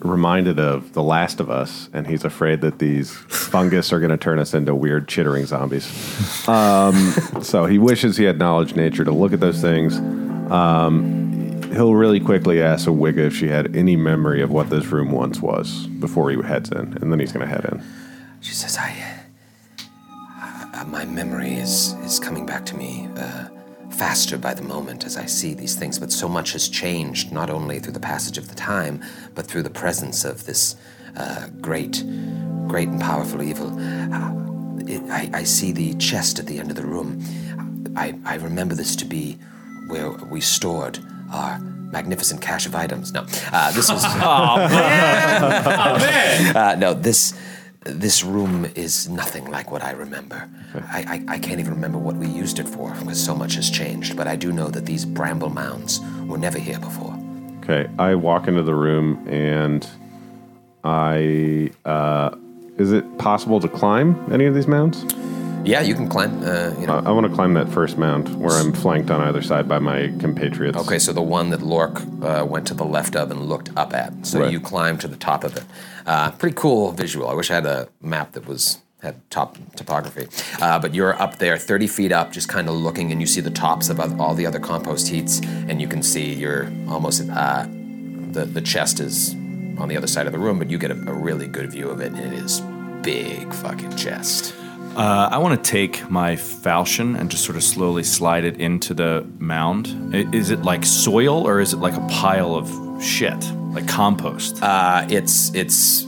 Speaker 8: reminded of The Last of Us, and he's afraid that these fungus are going to turn us into weird chittering zombies. Um, so he wishes he had knowledge nature to look at those things. Um, he'll really quickly ask a Wigga if she had any memory of what this room once was before he heads in, and then he's going to head in.
Speaker 2: She says, "I, uh, my memory is is coming back to me uh, faster by the moment as I see these things. But so much has changed, not only through the passage of the time, but through the presence of this uh, great, great and powerful evil. Uh, it, I, I see the chest at the end of the room. I, I remember this to be where we stored our." Magnificent cache of items. No, uh, this was.
Speaker 5: Aw, man. Aw, man.
Speaker 2: Uh, no, this this room is nothing like what I remember. I, I, I can't even remember what we used it for because so much has changed, but I do know that these bramble mounds were never here before.
Speaker 8: Okay, I walk into the room and I. Uh, is it possible to climb any of these mounds?
Speaker 2: Yeah, you can climb. Uh, you know.
Speaker 8: I, want to climb that first mound where I'm flanked on either side by my compatriots.
Speaker 2: Okay, so the one that Lork uh, went to the left of and looked up at. So
Speaker 8: Right.
Speaker 2: you climbed to the top of it. Uh, pretty cool visual. I wish I had a map that was had top topography. Uh, but you're up there, 30 feet up, just kind of looking, and you see the tops of all the other compost heats, and you can see you're almost uh, the the chest is on the other side of the room, but you get a, a really good view of it, and it is big fucking chest.
Speaker 9: Uh, I want to take my falchion and just sort of slowly slide it into the mound. I- Is it like soil or is it like a pile of shit, like compost?
Speaker 2: Uh, it's it's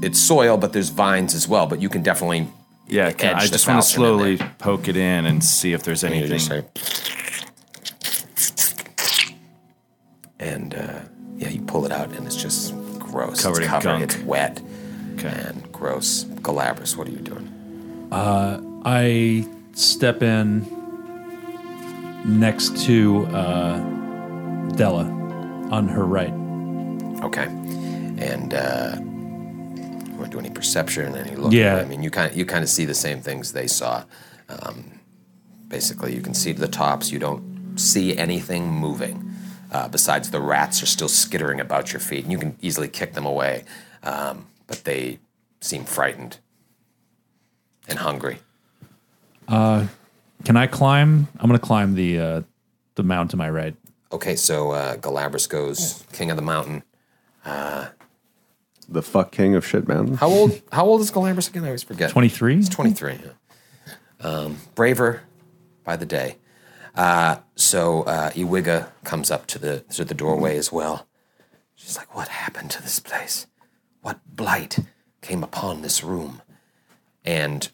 Speaker 2: it's soil, but there's vines as well. But you can definitely
Speaker 9: yeah. Can,
Speaker 2: edge
Speaker 9: I
Speaker 2: the
Speaker 9: just want to
Speaker 2: falchion in
Speaker 9: slowly poke it in and see if there's anything.
Speaker 2: and uh, yeah, you pull it out, and it's just gross.
Speaker 9: Covered
Speaker 2: it's
Speaker 9: in
Speaker 2: covered,
Speaker 9: gunk.
Speaker 2: It's wet and gross. Galabras, what are you doing?
Speaker 6: Uh, I step in next to uh, Della on her right.
Speaker 2: Okay, and uh, you want to do any perception, any look?
Speaker 6: Yeah.
Speaker 2: I mean, you kind of, you kind of see the same things they saw. Um, basically, you can see to the tops. You don't see anything moving. Uh, besides, the rats are still skittering about your feet, and you can easily kick them away. Um, but they seem frightened and hungry.
Speaker 6: Uh, can I climb? I'm gonna climb the uh, the mound to my right.
Speaker 2: Okay, so uh, Galabras goes king of the mountain. Uh,
Speaker 8: The fuck king of shit mountain.
Speaker 2: how old? How old is Galabras again? I always forget.
Speaker 6: 23?
Speaker 2: He's 23. yeah. Um, braver by the day. Uh, so uh, Iwiga comes up to the to the doorway as well. She's like, "What happened to this place? What blight came upon this room?" And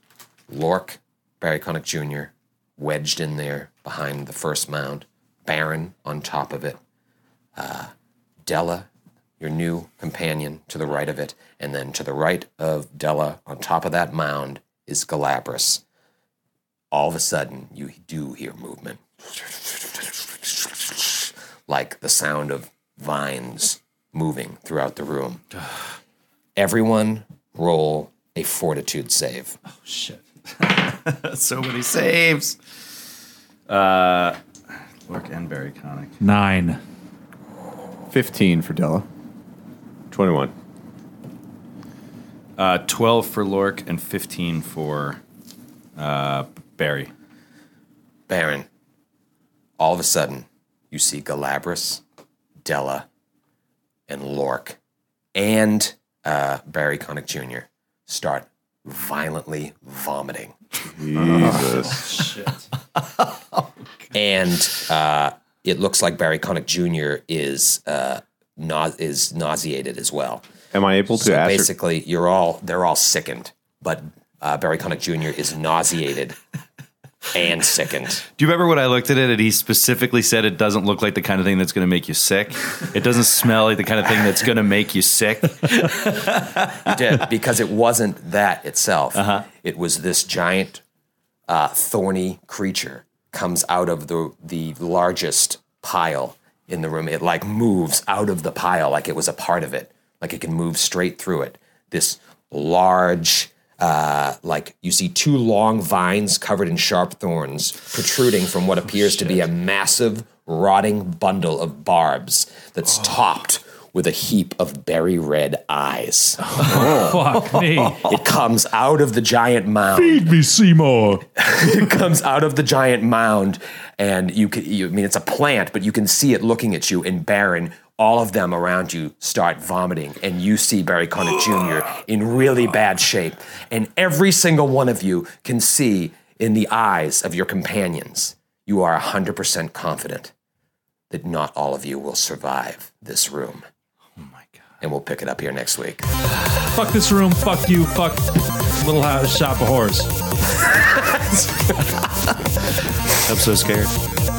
Speaker 2: Lork, Barry Connick Jr., wedged in there behind the first mound. Baron on top of it. Uh, Della your new companion to the right of it, and then to the right of Della, on top of that mound, is Galabras. All of a sudden, you do hear movement, like the sound of vines moving throughout the room. Everyone roll a fortitude save. Oh, shit.
Speaker 9: so many saves. Uh, Lork and Barry Connick.
Speaker 6: Nine.
Speaker 3: 15 for Della.
Speaker 8: 21.
Speaker 9: Uh, 12 for Lork and 15 for uh, Barry.
Speaker 2: Baron, all of a sudden, you see Galabras, Della, and Lork, and uh, Barry Connick Jr. start violently vomiting.
Speaker 8: Jesus.
Speaker 2: and uh, it looks like Barry Connick Jr. is uh, nau- is nauseated as well.
Speaker 8: Am I able to
Speaker 2: So
Speaker 8: ascer-
Speaker 2: basically, you're all they're all sickened, but uh, Barry Connick Jr. is nauseated and sickened.
Speaker 9: Do you remember when I looked at it and he specifically said it doesn't look like the kind of thing that's going to make you sick? It doesn't smell like the kind of thing that's going to make you sick.
Speaker 2: You did because it wasn't that itself. It was this giant, uh, thorny creature comes out of the the largest pile in the room. It like moves out of the pile, like it was a part of it, like it can move straight through it. This large. Uh, like you see two long vines covered in sharp thorns protruding from what appears to be a massive rotting bundle of barbs that's topped with a heap of berry red eyes.
Speaker 6: Fuck me.
Speaker 2: It comes out of the giant mound.
Speaker 6: Feed me, Seymour.
Speaker 2: it comes out of the giant mound, and you can. You, I mean, it's a plant, but you can see it looking at you. And Baron, all of them around you start vomiting, and you see Barry Connick Jr. in really bad shape, and every single one of you can see in the eyes of your companions. You are hundred percent confident that not all of you will survive this room. Oh my god! And we'll pick it up here next week.
Speaker 6: Fuck this room. Fuck you. Fuck Little House Shop of Horrors.
Speaker 9: I'm so scared.